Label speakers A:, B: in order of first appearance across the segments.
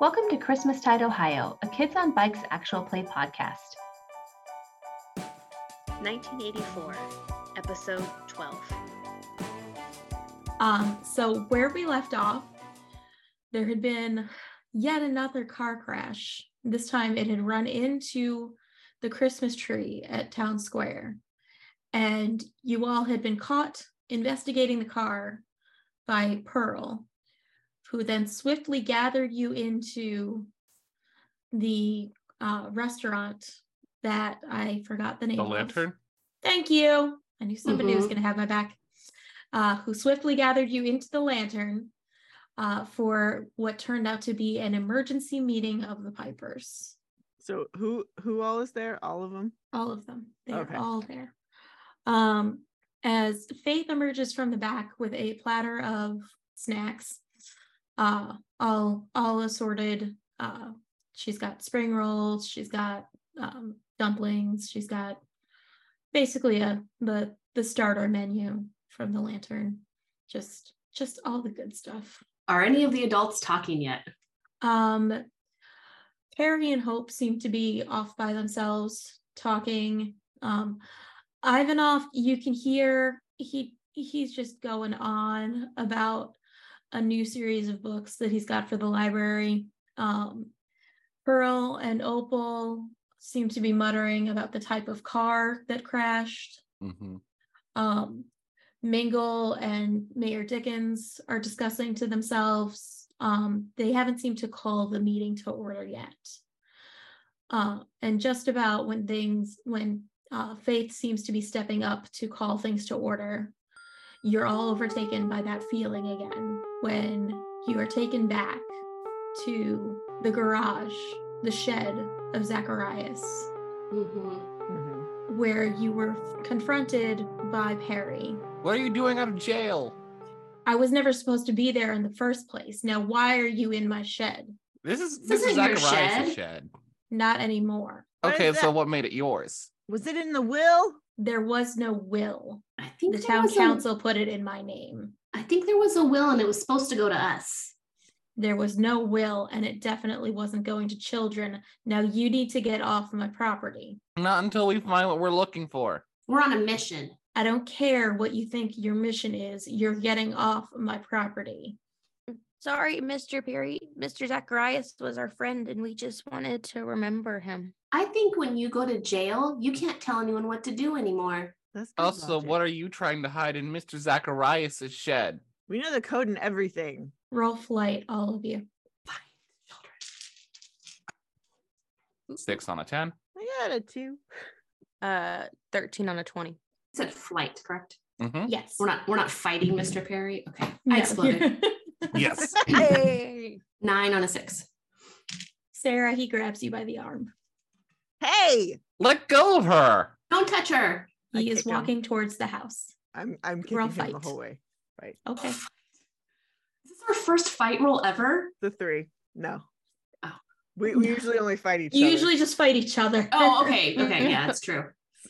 A: Welcome to Christmastide Ohio, a Kids on Bikes actual play podcast.
B: 1984, episode 12.
C: Um, so where we left off, there had been yet another car crash. This time it had run into the Christmas tree at Town Square. And you all had been caught investigating the car by Pearl, who then swiftly gathered you into the uh, restaurant that I forgot the name
D: The
C: of.
D: lantern?
C: Thank you. I knew somebody was going to have my back. Uh, who swiftly gathered you into the lantern uh, for what turned out to be an emergency meeting of the Pipers.
E: So who who all is there? All of them.
C: All of them. They're
E: Okay.
C: all there. Um, as Faith emerges from the back with a platter of snacks, uh, all all assorted. Uh, she's got spring rolls. She's got um, dumplings. She's got basically a the the starter menu from the lantern. Just just all the good stuff.
F: Are any of the adults talking yet?
C: Um, Perry and Hope seem to be off by themselves talking. Um, Ivanov, you can hear he he's just going on about a new series of books that he's got for the library. Um, Pearl and Opal seem to be muttering about the type of car that crashed.
D: Mm-hmm.
C: Um, Mingle and Mayor Dickens are discussing to themselves. Um, they haven't seemed to call the meeting to order yet. Uh, and just about when things, when uh, Faith seems to be stepping up to call things to order, you're all overtaken by that feeling again when you are taken back to the garage, the shed of Zacharias
F: Mm-hmm.
C: where you were confronted by Perry.
D: What are you doing out of jail?
C: I was never supposed to be there in the first place. Now, why are you in my shed?
D: This is this,
F: This
D: is
F: isn't your
D: Zacharias'
F: shed.
D: shed.
C: Not anymore.
E: What
D: Okay,
E: is
D: so
E: that?
D: what made it yours?
E: Was it in the will?
C: There was no will.
F: I think
C: The
F: there
C: town
F: was a-
C: council put it in my name.
F: I think there was a will, and it was supposed to go to us.
C: There was no will, and it definitely wasn't going to children. Now, you need to get off my property.
D: Not until we find what we're looking for.
F: We're on a mission.
C: I don't care what you think your mission is, you're getting off my property.
G: Sorry, Mr. Perry. Mr. Zacharias was our friend and we just wanted to remember him.
F: I think when you go to jail, you can't tell anyone what to do anymore.
E: That's good
D: Also,
E: logic.
D: what are you trying to hide in Mr. Zacharias' shed?
E: we know the code and everything.
C: Roll flight, all of you.
F: Fine, children.
D: Six on a ten.
E: I got a two.
G: Uh 13 on a 20.
F: It's at flight, correct?
D: Mm-hmm.
C: Yes.
F: We're not. We're not fighting, Mr. Perry. Okay.
C: No.
F: I exploded.
D: Yes.
G: Hey.
F: Nine on a six.
C: Sarah, he grabs you by the arm.
E: Hey,
D: Let go of her.
F: Don't touch her.
E: I
C: He is
E: kick him.
C: walking towards the house.
E: I'm I'm kicking
C: We're all
E: him the
C: fight.
E: whole way. Right,
C: Okay.
F: Is this our first fight roll ever?
E: the three. No.
F: Oh.
E: We, we usually only fight each
C: You
E: other.
C: usually just fight each other.
F: Oh, okay. Okay, yeah, that's true.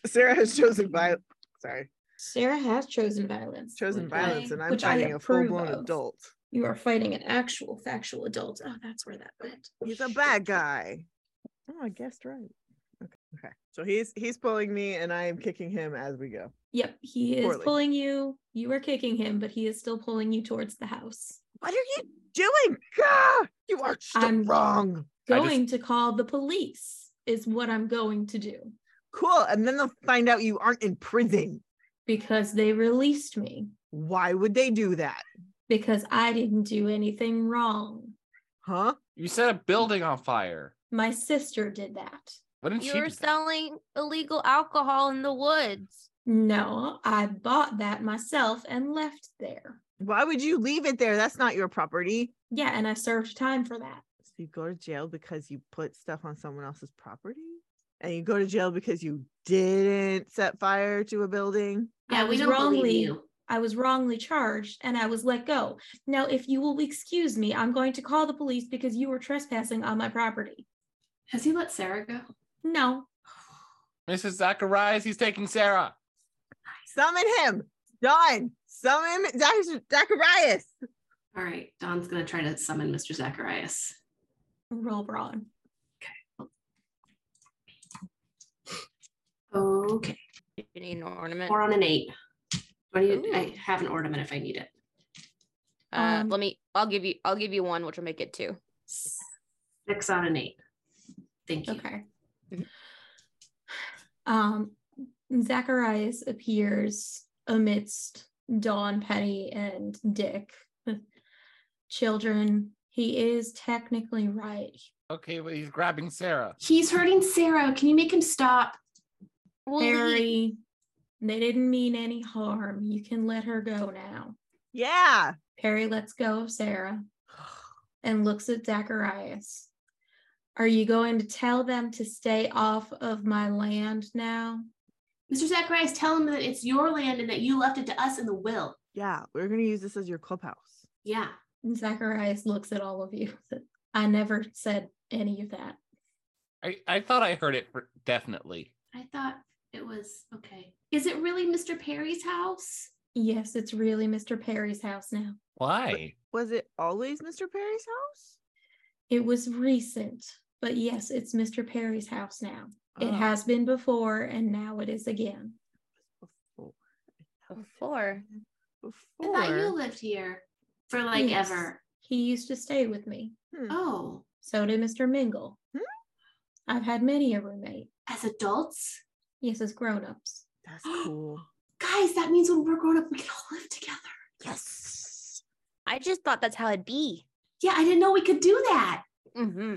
E: Sarah has chosen violence. Sorry,
C: Sarah has chosen violence.
E: Mm-hmm. chosen
C: which
E: violence,
C: I-
E: and I'm
C: which I
E: fighting a full
C: approve
E: blown
C: of.
E: adult.
C: You are fighting an actual factual adult. Oh, that's where that went.
E: He's a bad guy. Oh, I guessed right. Okay. Okay. So he's he's pulling me, and I am kicking him as we go.
C: Yep. He is
E: Poorly.
C: pulling you. You are kicking him, but he is still pulling you towards the house.
E: What are you doing? Gah! You are so
C: I'm-
E: wrong.
D: I just-
C: Going to call the police is what I'm going to do
E: Cool. And then they'll find out you aren't in prison.
C: because they released me
E: Why would they do that?
C: because I didn't do anything wrong.
E: Huh?
D: You set a building on fire.
C: My sister did that.
D: What did
G: You
D: she?
G: were
D: do that?
G: selling illegal alcohol in the woods.
C: No, I bought that myself and left there.
E: Why would you leave it there? That's not your property.
C: Yeah, and I served time for that.
E: So you go to jail because you put stuff on someone else's property? And you go to jail because you didn't set fire to a building?
F: Yeah,
C: I
F: we
C: was
F: don't believe
C: wrongly-
F: you.
C: I was wrongly charged and I was let go. Now, if you will excuse me, I'm going to call the police because you were trespassing on my property.
F: Has he let Sarah go?
C: No,
D: Mrs. Zacharias, he's taking Sarah.
E: Summon him. Done. Summon Zach- Zacharias.
F: All right, Don's gonna try to summon Mr. Zacharias.
C: Roll broad.
F: Okay.
G: You need an ornament.
F: Four on an eight. Do I, need, I
G: Ooh.
F: have an ornament if I need it.
G: Uh,
C: Um,
G: let me. I'll give you. I'll give you one, which will make it two.
F: Six on an eight. Thank you.
C: Okay.
G: Mhm.
C: Um, Zacharias appears amidst Dawn, Penny, and Dick. Children, he is technically right.
D: Okay, but he's grabbing Sarah.
F: He's hurting Sarah. Can you make him stop?
G: Well,
C: Harry, they didn't mean any harm. You can let her go now.
E: Yeah.
C: Perry lets go of Sarah and looks at Zacharias. Are you going to tell them to stay off of my land now?
F: Mr. Zacharias, tell him that it's your land and that you left it to us in the will.
E: Yeah. We're going to use this as your clubhouse.
F: Yeah.
C: Zacharias looks at all of you. I never said any of that.
D: I, I thought I heard it for, definitely.
F: I thought it was okay. Is it really Mr. Perry's house?
C: Yes, it's really Mr. Perry's house now.
D: Why?
E: Was it always Mr. Perry's house?
C: It was recent, but yes, it's Mr. Perry's house now. It
E: Oh,
C: has been before and now it is again.
E: before.
G: Oh, Before.
E: Before.
F: I thought you lived here for like
C: Yes.
F: ever.
C: He used to stay with me.
F: Oh,
C: So did Mr. Mingle.
E: Hmm.
C: I've had many a roommate.
F: as adults?
C: Yes, as grown-ups.
E: That's cool.
F: Guys, that means when we're grown up, we can all live together.
E: yes.
G: I just thought that's how it'd be.
F: Yeah, I didn't know we could do that.
G: Mm-hmm.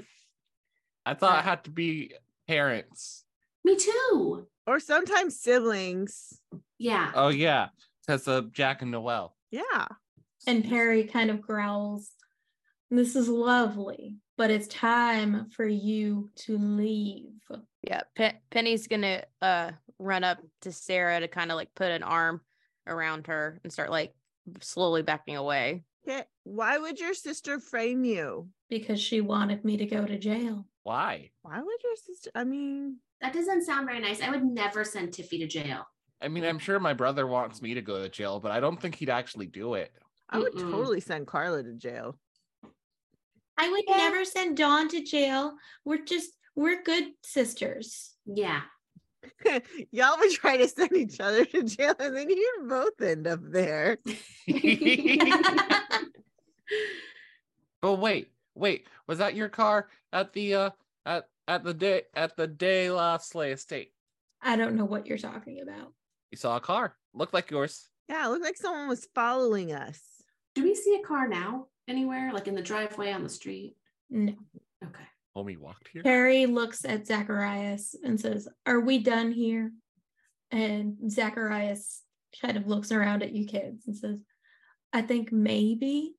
D: I thought
G: Uh,
D: it had to be parents.
F: Me too.
E: Or sometimes siblings.
F: Yeah.
D: Oh yeah, that's uh, Jack and Noel.
E: Yeah.
C: And Perry kind of growls, This is lovely, but it's time for you to leave.
G: Yeah. Pe- Penny's gonna uh run up to Sarah to kind of like put an arm around her and start like slowly backing away.
E: Okay. Why would your sister frame you?
C: because she wanted me to go to jail.
D: Why?
E: Why would your sister? I mean,
F: That doesn't sound very nice. I would never send Tiffy to jail.
D: I mean, I'm sure my brother wants me to go to jail, but I don't think he'd actually do it.
E: I would
F: Mm-mm.
E: totally send Carla to jail.
C: I would
F: Yeah.
C: never send Dawn to jail. We're just we're good sisters.
F: Yeah.
E: Y'all would try to send each other to jail, and then you'd both end up there.
D: but wait, wait, was that your car at the uh at at the day at the day La Slay estate?
C: I don't know what you're talking about.
D: You saw a car. Looked like yours.
E: Yeah, it looked like someone was following us.
F: do we see a car now anywhere? Like in the driveway on the street?
C: No.
F: Okay.
D: Homie walked here.
C: Perry looks at Zacharias and says, Are we done here? And Zacharias kind of looks around at you kids and says, I think maybe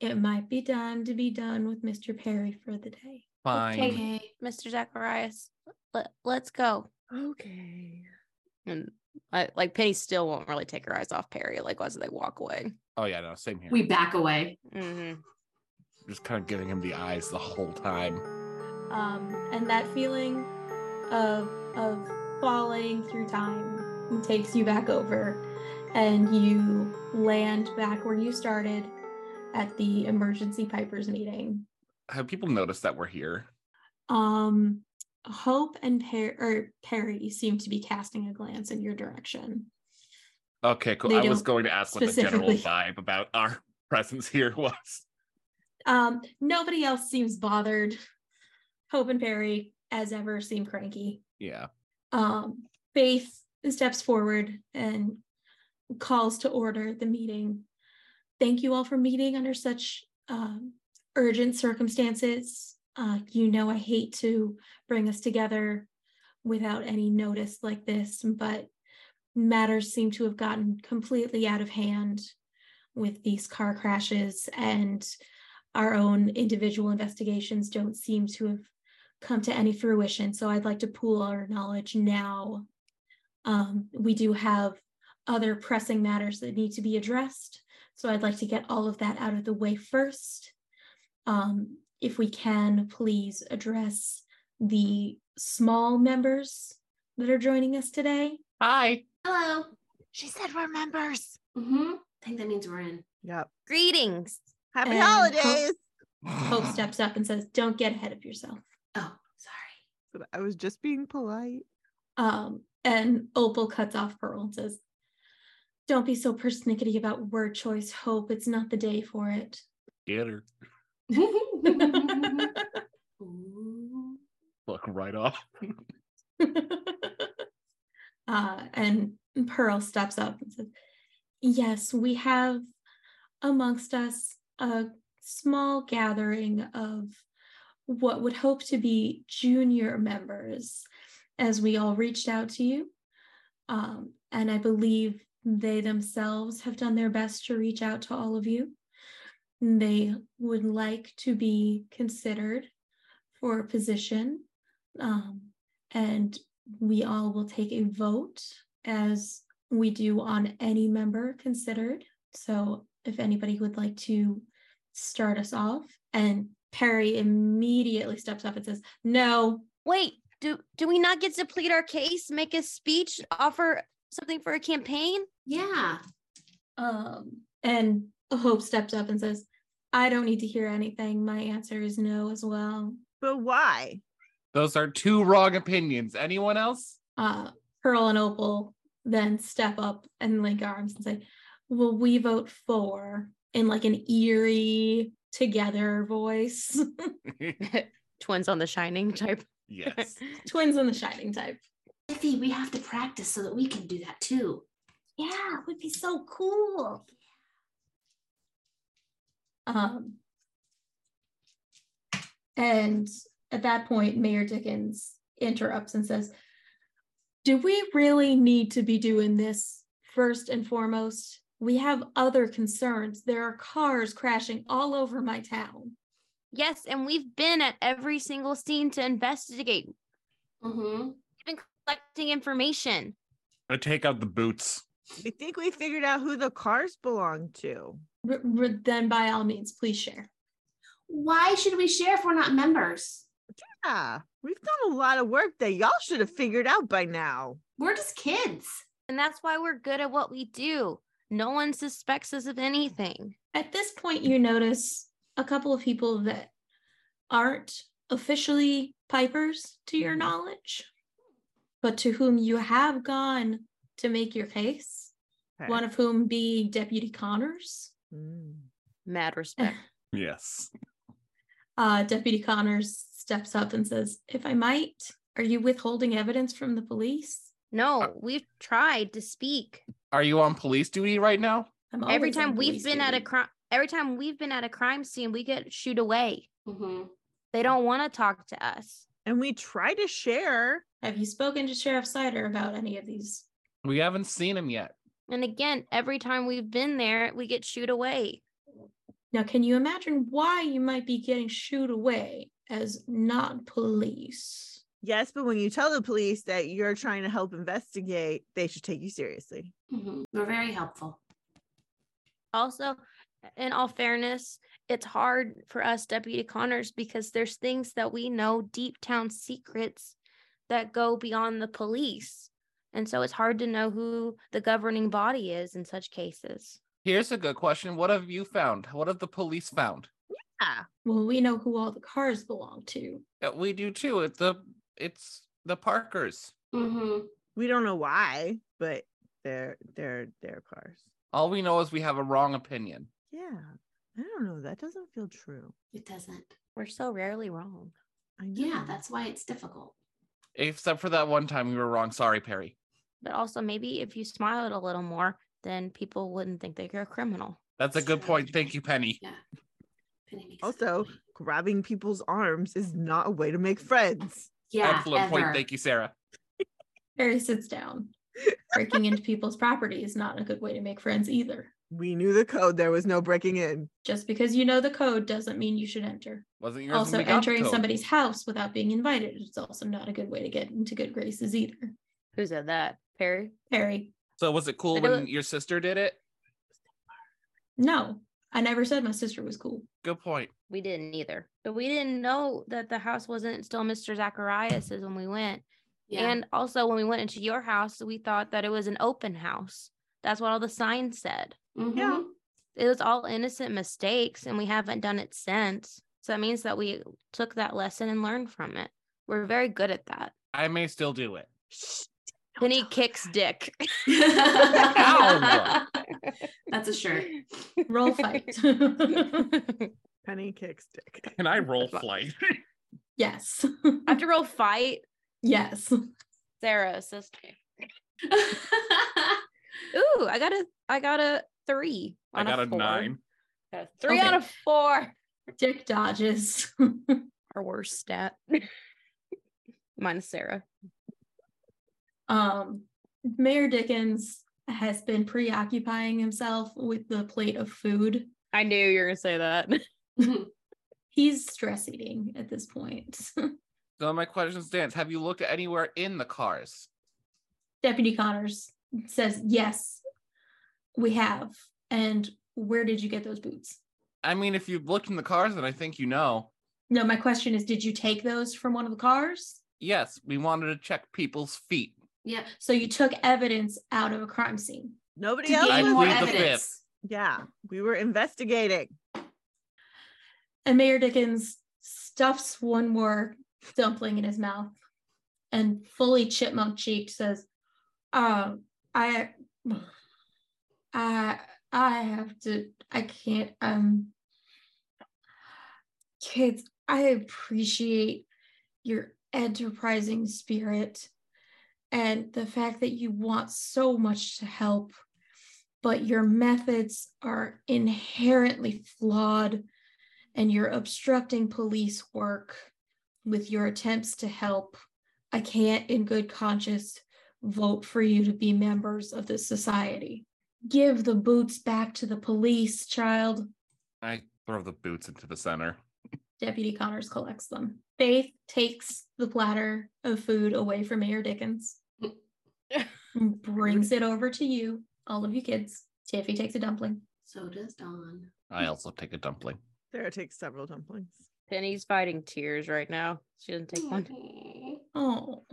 C: it might be time to be done with Mr. Perry for the day.
D: Fine.
F: Okay.
G: Mr. Zacharias, let, let's go.
E: Okay.
G: And I, like Penny still won't really take her eyes off Perry, like as they walk away.
D: Oh yeah, no, same here.
F: We back away.
G: Mm-hmm.
D: Just kind of giving him the eyes the whole time.
C: um, and that feeling of of falling through time takes you back over and you land back where you started at the emergency pipers meeting
D: Have people noticed that we're here?
C: um hope and per- or perry seem to be casting a glance in your direction
D: Okay, cool.
C: They
D: I was
C: don't
D: going to ask what the general
C: specifically-
D: vibe about our presence here was.
C: um nobody else seems bothered hope and perry as ever seem cranky
D: Yeah.
C: um, Faith steps forward and calls to order the meeting. Thank you all for meeting under such um, urgent circumstances. Uh, you know, I hate to bring us together without any notice like this, but matters seem to have gotten completely out of hand with these car crashes, and our own individual investigations don't seem to have come to any fruition. So I'd like to pool our knowledge now. Um, we do have other pressing matters that need to be addressed. So I'd like to get all of that out of the way first. Um, if we can, please address the small members that are joining us today.
D: Hi.
F: Hello.
E: She said we're members.
F: Mm-hmm. hmm I think that means we're in.
E: Yep.
G: Greetings.
E: Happy
C: And-
E: holidays.
C: Hope steps up and says, "Don't get ahead of yourself."
F: Oh, sorry.
E: But I was just being polite.
C: Um, and Opal cuts off Pearl and says, "Don't be so persnickety about word choice, Hope. It's not the day for it."
D: Get her.
F: Ooh.
D: Look right off.
C: uh, and Pearl steps up and says, Yes, we have amongst us a small gathering of what would hope to be junior members as we all reached out to you. Um, and I believe they themselves have done their best to reach out to all of you. They would like to be considered for a position. Um, and we all will take a vote as we do on any member considered. So if anybody would like to start us off, and Perry immediately steps up and says, No,
G: Wait, do do we not get to plead our case, make a speech, offer something for a campaign?
F: Yeah.
C: Um, and Hope steps up and says, I don't need to hear anything. My answer is no as well.
E: But why?
D: Those are two wrong opinions. Anyone else?
C: Uh, Pearl and Opal then step up and link arms and say, Well, we vote for in like an eerie together voice.
G: Twins on the shining type.
D: yes.
C: Twins in the shining type.
F: Iffy, we have to practice so that we can do that too.
C: Yeah, it would be so cool. Um, and at that point, Mayor Dickens interrupts and says, Do we really need to be doing this first and foremost? We have other concerns. There are cars crashing all over my town.
G: Yes, and we've been at every single scene to investigate.
F: Mm-hmm.
G: We've been collecting information.
D: I take out the boots.
E: We think we figured out who the cars belong to.
C: R- r- then, by all means, please share.
F: Why should we share if we're not members?
E: Yeah, we've done a lot of work that y'all should have figured out by now.
F: We're just kids.
G: And that's why we're good at what we do. No one suspects us of anything.
C: At this point, you notice a couple of people that aren't officially Pipers to your knowledge, but to whom you have gone to make your case,
E: Okay.
C: one of whom being Deputy Connors.
E: Mm.
G: Mad respect.
D: Yes.
C: Uh, Deputy Connors steps up and says, If I might, are you withholding evidence from the police?
G: No, we've tried to speak.
D: Are you on police duty right now?
C: I'm
G: Every
C: always on
G: time we've
C: police
G: been at a
C: duty."
G: crime every time we've been at a crime scene, we get shooed away.
F: Mm-hmm.
G: They don't want to talk to us.
E: And we try to share.
C: Have you spoken to Sheriff Sider about any of these?
D: We haven't seen him yet.
G: And again, every time we've been there, we get shooed away.
C: Now, can you imagine why you might be getting shooed away as not police?
E: Yes, but when you tell the police that you're trying to help investigate, they should take you seriously.
F: Mm-hmm. We're very helpful.
G: Also, in all fairness, it's hard for us deputy connors because there's things that we know deep town secrets that go beyond the police. And so it's hard to know who the governing body is in such cases.
D: Here's a good question. What have you found? What have the police found?
C: Well, we know who all the cars belong to.
D: Yeah, we do too. It's the it's the Parkers.
F: Mm-hmm.
E: We don't know why, but they're they're their cars.
D: All we know is we have a wrong opinion.
E: Yeah. I don't know. That doesn't feel true.
F: It doesn't.
G: We're so rarely wrong.
E: I know.
F: Yeah, that's why it's difficult.
D: Except for that one time we were wrong. Sorry, Perry.
G: But also, maybe if you smiled a little more, then people wouldn't think that you're a criminal.
D: That's a good point. Thank you, Penny.
F: Yeah. Penny makes a good
E: also
F: point.
E: grabbing people's arms is not a way to make friends.
F: yeah,
D: Excellent point.
F: ever.
D: Thank you, Sarah.
C: Harry sits down. Breaking into people's property is not a good way to make friends either.
E: We knew the code. There was no breaking in.
C: Just because you know the code doesn't mean you should enter.
D: Wasn't yours when
C: also,
D: we got the
C: entering
D: code?
C: somebody's house without being invited is also not a good way to get into good graces either.
G: Who said that? Perry?
C: Harry,
D: So was it cool
G: I know
D: when
G: it-
D: your sister did it?
C: no, I never said my sister was cool.
D: Good point.
G: We didn't either. But we didn't know that the house wasn't still Mr. Zacharias's when we went.
F: Yeah.
G: And also, when we went into your house, we thought that it was an open house. That's what all the signs said.
F: Mhm.
E: Yeah.
G: It was all innocent mistakes, and we haven't done it since. So that means that we took that lesson and learned from it. We're very good at that.
D: I may still do it.
G: Then he kicks dick.
D: Ow.
F: That's a shirt.
C: Roll fight.
E: Penny kick stick.
D: Can I roll
G: That's fine.
D: flight?
C: yes.
G: I have to roll fight.
C: yes.
G: Sarah says, "Ooh, I got a, I got a three.
D: I
G: on
D: got a,
G: four.
D: nine.
G: Got a three
C: Okay.
G: out of four.
C: Dick dodges.
G: Our worst stat. Minus Sarah.
C: um, Mayor Dickens has been preoccupying himself with the plate of food.
G: I knew you were gonna say that.
C: He's stress eating at this point.
D: So my question stands: Have you looked at anywhere in the cars?
C: Deputy Connors says, Yes, we have. And where did you get those boots?
D: I mean, if you've looked in the cars, then I think you know.
C: No, my question is, did you take those from one of the cars?
D: Yes, we wanted to check people's feet.
F: yeah.
C: So you took evidence out of a crime scene.
E: Nobody
F: To
E: else
D: I
F: gain
E: was
F: more
D: plead
E: there.
D: the fifth.
F: evidence.
E: Yeah, we were investigating.
C: And Mayor Dickens stuffs one more dumpling in his mouth and fully chipmunk cheeked says, um, I I I have to I can't um kids, I appreciate your enterprising spirit and the fact that you want so much to help, but your methods are inherently flawed and you're obstructing police work with your attempts to help, I can't, in good conscience, vote for you to be members of this society. Give the boots back to the police, child.
D: I throw the boots into the center.
C: Deputy Connors collects them. Faith takes the platter of food away from Mayor Dickens, and brings it over to you, all of you kids. Tiffy takes a dumpling.
F: So does Dawn.
G: Hmm.
D: I also take a dumpling.
E: Sarah takes several dumplings.
G: Penny's fighting tears right now. She didn't take one.
F: Aw.
C: Oh.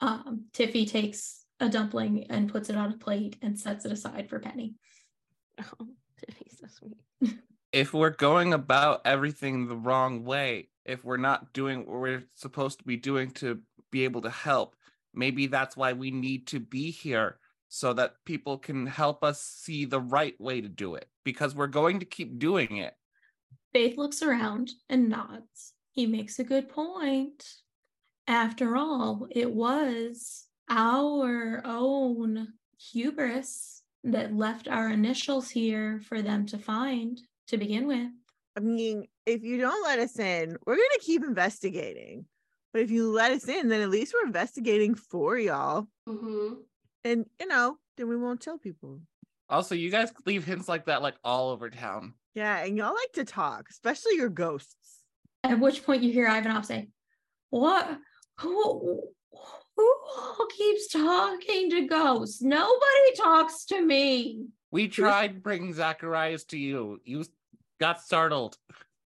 C: Um, Tiffy takes a dumpling and puts it on a plate and sets it aside for Penny.
G: Oh, Tiffany's so sweet.
D: If we're going about everything the wrong way, if we're not doing what we're supposed to be doing to be able to help, maybe that's why we need to be here so that people can help us see the right way to do it because we're going to keep doing it.
C: Faith looks around and nods. He makes a good point. After all, it was our own hubris that left our initials here for them to find to begin with.
E: I mean, if you don't let us in, we're gonna keep investigating. But if you let us in, then at least we're investigating for y'all.
F: Mhm.
E: And you know, then we won't tell people.
D: Also, you guys leave hints like that like all over town.
E: Yeah, and y'all like to talk, especially your ghosts.
C: At which point you hear Ivanov say, What? Who, who all keeps talking to ghosts? Nobody talks to me.
D: We tried bringing Zacharias to you. You got startled.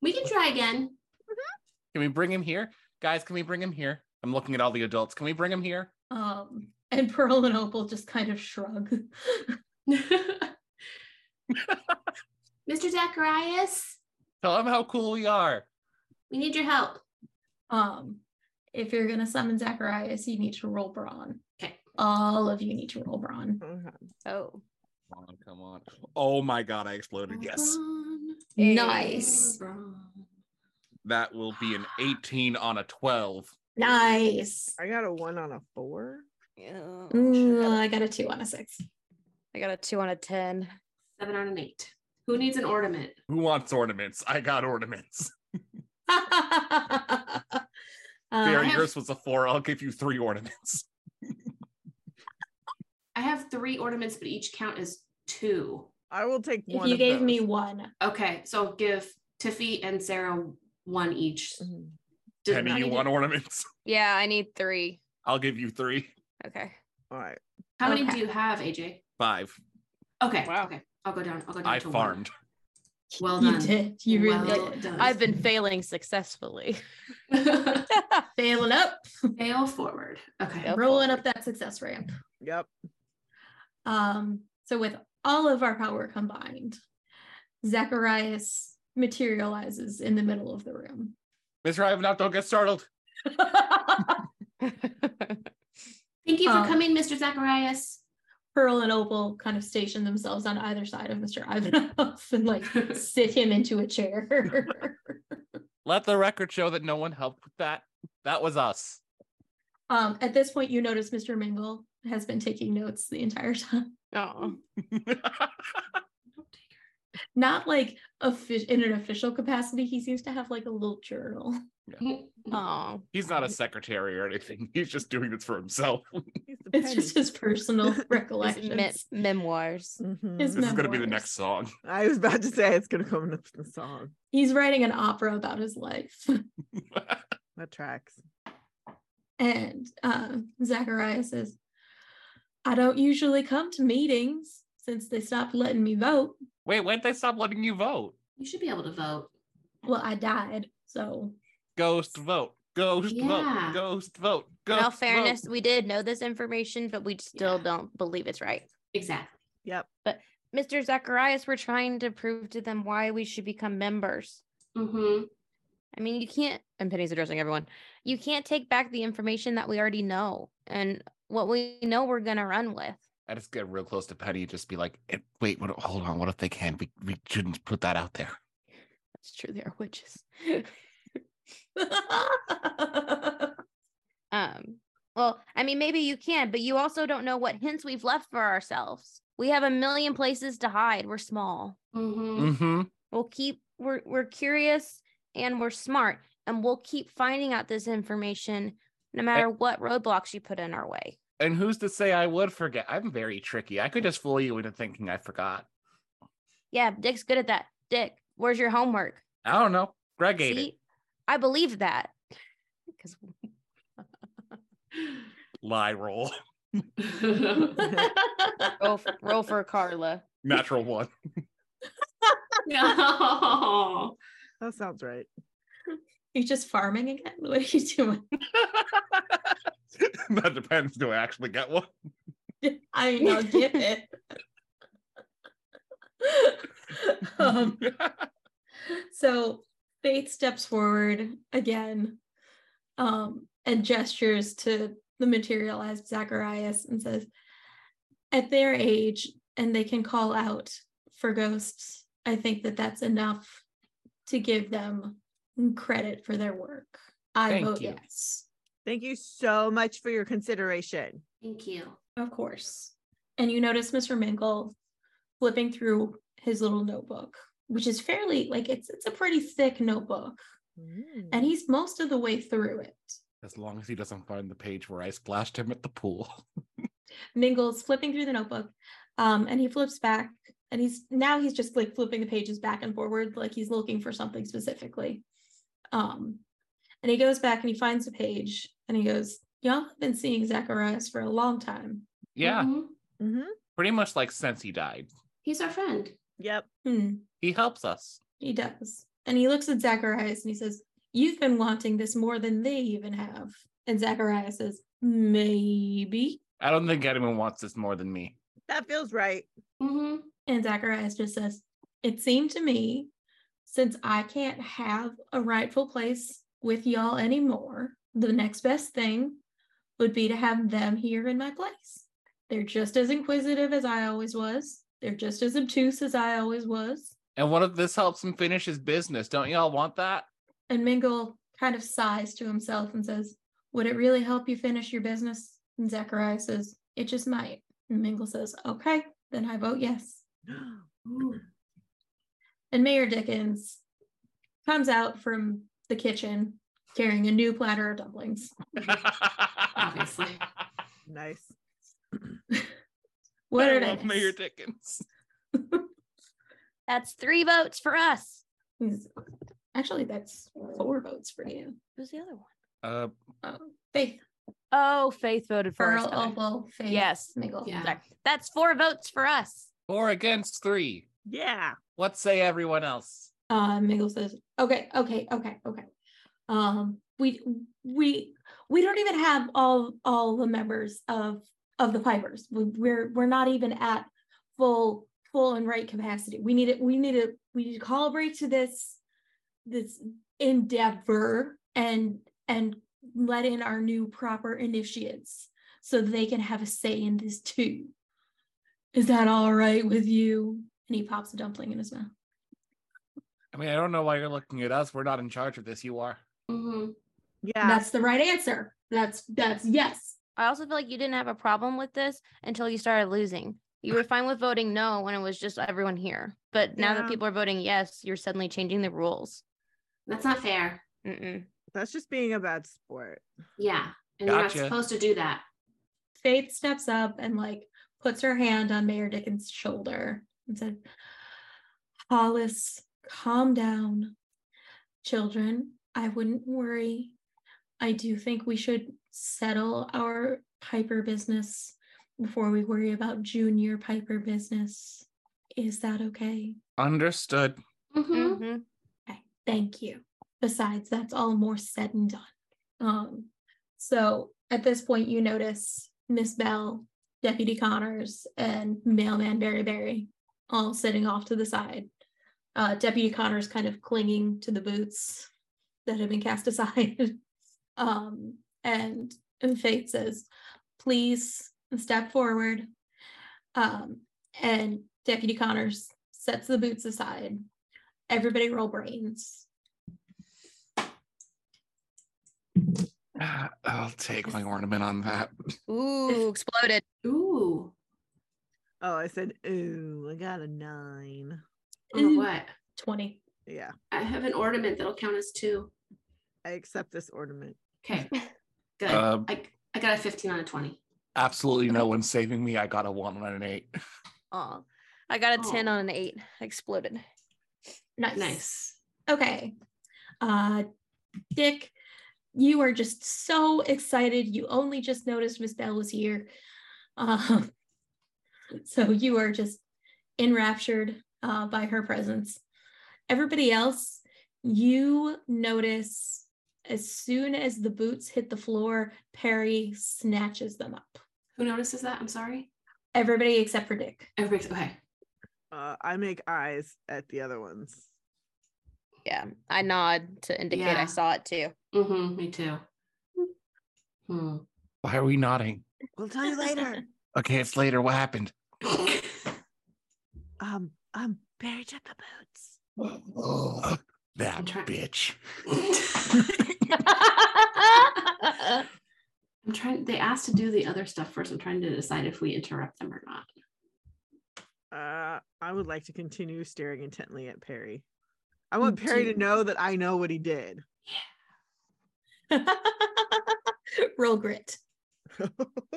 F: We can try again.
D: Can we bring him here? Guys, can we bring him here? I'm looking at all the adults. Can we bring him here?
C: Um, and Pearl and Opal just kind of shrug.
F: Mr. Zacharias,
D: Tell him how cool we are.
F: we need your help.
C: Um, if you're gonna summon Zacharias, you need to roll brawn.
F: Okay.
C: All of you need to roll brawn.
E: Okay.
G: Oh,
D: Come on, come on. Oh my god, I exploded.
F: Uh-huh.
D: Yes.
F: Braun.
C: Nice.
F: Braun.
D: That will be an 18 on a 12.
C: Nice.
E: I got a one on a four. Oh,
G: yeah.
C: Ooh, Mm, I got a two on a six.
G: I got a two on a ten.
F: Seven on an eight. Who needs an ornament?
D: Who wants ornaments? I got ornaments. Fear,
C: Uh,
F: I have-
D: yours was a four. I'll give you three ornaments.
F: I have three ornaments, but each count is two.
E: I will take
C: if
E: one.
C: you
E: of
C: gave me
E: those.
C: one,
F: Okay, so I'll give Tiffy and Sarah one each.
E: Mhm.
F: Did
D: Penny,
F: not
D: you
F: even-
D: want ornaments?
G: Yeah, I need three.
D: I'll give you three.
G: Okay.
E: All right.
F: How many
C: Okay.
F: do you have, AJ?
D: Five.
F: Okay,
G: Wow.
F: okay. I'll go down. I'll go down.
D: I
F: to
D: farmed.
F: One. Well
C: you
F: done.
C: did. You really
F: well
C: did.
F: done.
G: I've been failing successfully.
C: Failing up,
F: fail forward. Okay.
G: Yep.
C: rolling up that success ramp.
E: Yep.
C: Um, so with all of our power combined, Zacharias materializes in the middle of the room.
D: Miss Ravenoff, don't get startled.
F: Thank you for
C: Um,
F: coming, Mr. Zacharias.
C: Pearl and Opal kind of station themselves on either side of Mr. Ivanov and like sit him into a chair.
D: Let the record show that no one helped with that. That was us.
C: um, at this point, you notice Mr. Mingle has been taking notes the entire time.
G: Oh,
C: Not like offi- in an official capacity. He seems to have like a little journal.
G: oh.
D: He's not a secretary or anything. He's just doing this for himself.
E: He's the
C: It's just his personal
G: His me-
C: recollections.
G: memoirs.
E: Mhm.
C: his
D: This is going to be the
C: Memoirs.
D: next song.
E: I was about to say it's gonna come up in the song.
C: He's writing an opera about his life.
E: That tracks.
C: And um, Zachariah says, I don't usually come to meetings since they stopped letting me vote.
D: Wait, when did they stop letting you vote?
F: You should be able to vote.
C: Well, I died. So,
D: Ghost vote. Ghost vote.
F: Yeah.
D: Ghost vote.
G: In
D: Ghost
G: all fairness,
D: vote.
G: we did know this information, but we still
F: Yeah.
G: don't believe it's right.
F: Exactly.
E: Yep.
G: Mr. Zacharias, we're trying to prove to them why we should become members.
F: Mm-hmm.
G: I mean, you can't, and Penny's addressing everyone, you can't take back the information that we already know and what we know we're going to run with.
D: I just get real close to Penny and just be like, "Eh, wait, what, hold on. What if they can? We, we shouldn't put that out there.
G: That's true. They are witches. um, well, I mean, maybe you can, but you also don't know what hints we've left for ourselves. We have a million places to hide. We're small.
F: Mm-hmm.
D: Mm-hmm.
G: We'll keep, we're, we're curious and we're smart, and we'll keep finding out this information no matter what roadblocks you put in our way.
D: And who's to say I would forget? I'm very tricky. I could just fool you into thinking I forgot.
G: Yeah, Dick's good at that. Dick, where's your homework?
D: I don't know. Greg ate it.
G: See, I believe that because
D: Lie roll.
C: Mm-hmm.
G: roll, for- roll for Carla.
D: Natural one.
F: no.
E: That sounds right.
C: you're just farming again? What are you doing?
D: that depends. Do I actually get one?
C: I mean, I'll give it. um, so Faith steps forward again um, and gestures to the materialized Zacharias and says, At their age, and they can call out for ghosts, I think that that's enough to give them credit for their work. I
D: Thank
C: vote
D: you.
C: yes.
E: Thank you so much for your consideration.
F: Thank you.
C: Of course. And you notice Mr. Mingle flipping through his little notebook, which is fairly like it's it's a pretty thick notebook. And
E: Mm.
C: he's most of the way through it.
D: As long as he doesn't find the page where I splashed him at the pool.
C: Mingle's flipping through the notebook. Um, and he flips back and he's now he's just like flipping the pages back and forward, like he's looking for something specifically. Um, and he goes back and he finds a page and he goes, Y'all have been seeing Zacharias for a long time.
D: Yeah,
F: Mhm.
E: Mhm.
D: pretty much like since he died.
F: He's our friend.
E: Yep.
C: Hmm.
D: He helps us.
C: He does. And he looks at Zacharias and he says, You've been wanting this more than they even have. And Zacharias says, Maybe.
D: I don't think anyone wants this more than me.
E: That feels right.
F: Mm-hmm.
C: And Zacharias just says, It seemed to me, since I can't have a rightful place with y'all anymore, the next best thing would be to have them here in my place. They're just as inquisitive as I always was. They're just as obtuse as I always was.
D: And what if this helps him finish his business? Don't y'all want that?
C: And Mingle kind of sighs to himself and says, Would it really help you finish your business? And Zachariah says, It just might. And Mingle says, Okay, then I vote yes. And Mayor Dickens comes out from the kitchen carrying a new platter of dumplings,
F: Obviously.
E: Nice.
C: What
D: I
C: are
D: love
C: they?
D: Mayor Dickens.
G: That's three votes for us.
C: He's- Actually, that's four votes for you.
G: Who's the other one?
D: Uh,
C: Um, Faith,
G: Oh, Faith voted for
C: Pearl,
G: us. Heather.
C: Opal, Faith,
G: Yes.
C: Mingle.
F: Yeah.
G: Sorry. That's four votes for us.
D: four against three.
E: Yeah.
D: What say everyone else?
C: uh Mingle says, okay, okay, okay, okay. Um we we we don't even have all all the members of of the Pipers. We, we're we're not even at full full and right capacity. We need it. We need to we need to calibrate to this this endeavor and and let in our new proper initiates so they can have a say in this too. Is that all right with you? And he pops a dumpling in his mouth.
D: I mean, I don't know why you're looking at us. We're not in charge of this. You are.
F: hmm
E: Yeah.
C: That's the right answer. That's that's yes.
G: I also feel like you didn't have a problem with this until you started losing. You were fine with voting no when it was just everyone here. But now
E: Yeah.
G: that people are voting yes, you're suddenly changing the rules.
F: That's not fair.
G: Mm-mm.
E: That's just being a bad sport.
F: Yeah. And
D: Gotcha.
F: you're not supposed to do that.
C: Faith steps up and like puts her hand on Mayor Dickens' shoulder and said, Hollis, calm down. Children, I wouldn't worry. I do think we should settle our Piper business before we worry about junior Piper business. Is that okay?
D: Understood.
F: hmm
G: Mhm.
C: Okay, thank you. Besides, that's all more said and done. Um, so at this point, you notice Miss Bell, Deputy Connors, and Mailman Barry Barry all sitting off to the side. Uh, Deputy Connors kind of clinging to the boots that have been cast aside. um, and, and Faith says, please step forward. Um, and Deputy Connors sets the boots aside Everybody roll brains.
D: I'll take my ornament on that.
G: Ooh, exploded.
F: Ooh.
E: Oh, I said, ooh, I got a nine.
F: On
C: Ooh.
F: a what?
C: 20.
E: Yeah,
F: I have an ornament that'll count as two.
E: I accept this ornament.
F: Okay. Good.
D: Um,
F: I, I got a 15 on a 20.
D: Absolutely no one's saving me. I got a one on an eight.
G: Oh, I got a 10
F: Aw.
G: on an 8. Exploded.
C: Nice.
F: Nice.
C: Okay. Uh Dick, you are just so excited. You only just noticed Miss Bell was here. Um, so you are just enraptured uh, by her presence. Everybody else, you notice as soon as the boots hit the floor, Perry snatches them up.
F: Who notices that? I'm sorry.
C: Everybody except for Dick.
F: Everybody's okay.
E: Uh, I make eyes at the other ones.
G: Yeah. I nod to indicate
F: Yeah.
G: I saw it too.
F: Mm-hmm. Me too. Hmm.
D: Why are we nodding?
E: We'll tell you later.
D: Okay, it's later. What happened?
E: um, um, Barry took the boots.
D: Oh, that
F: I'm trying-
D: bitch.
F: I'm trying. They asked to do the other stuff first. I'm trying to decide if we interrupt them or not.
E: Uh, I would like to continue staring intently at Perry. I want Perry to know that I know what he did.
C: Roll grit.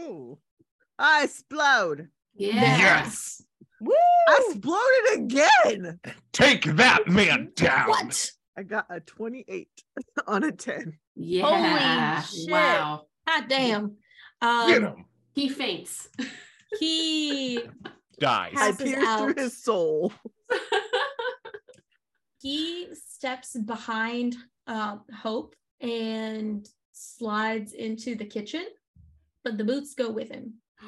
E: I explode.
F: Yeah.
D: Yes.
G: Woo!
E: I exploded again.
D: Take that man down.
C: What?
E: I got a 28 on a 10.
F: Yeah.
G: shit.
F: Wow.
C: Hot damn. Um,
D: Get him.
F: He faints.
C: He
D: Dies.
E: I
C: Passes
E: pierced through
C: out.
E: his soul.
C: he steps behind um, Hope and slides into the kitchen, but the boots go with him.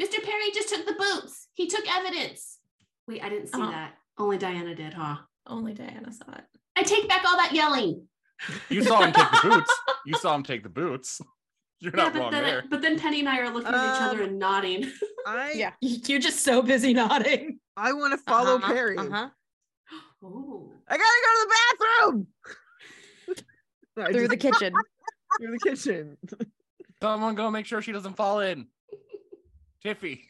F: Mr. Perry just took the boots. He took evidence. Uh-huh. Wait, I didn't see
C: Oh.
F: that. Only Diana did, huh?
C: Only Diana saw it.
F: I take back all that yelling.
D: You saw him take the boots. You saw him take the boots. You're not
F: but
D: wrong
F: then,
D: there.
F: but then Penny and I are looking at each other
E: Um,
F: and nodding.
E: I
G: Yeah.
C: You're just so busy nodding.
E: I want to follow
G: Uh-huh,
E: Perry.
G: Uh-huh.
F: oh.
E: I gotta go to the bathroom. I
G: Through
E: just-
G: the kitchen.
E: through the kitchen.
D: Someone go make sure she doesn't fall in. Tiffy.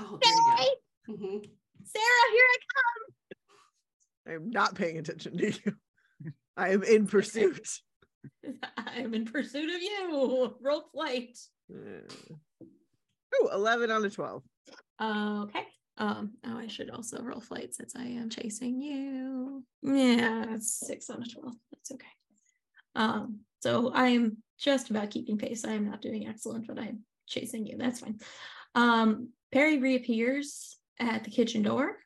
F: Oh, there you go. Mhm.
C: Sarah, here I
E: I'm not paying attention to you. I am in pursuit.
C: I'm in pursuit of you. Roll flight.
E: Uh, Oh, 11 on a 12.
C: Okay. Um, oh, I should also roll flight since I am chasing you. Yeah, that's six on a 12. That's okay. Um, so I am just about keeping pace. I am not doing excellent, but I'm chasing you. That's fine. Um, Perry reappears at the kitchen door.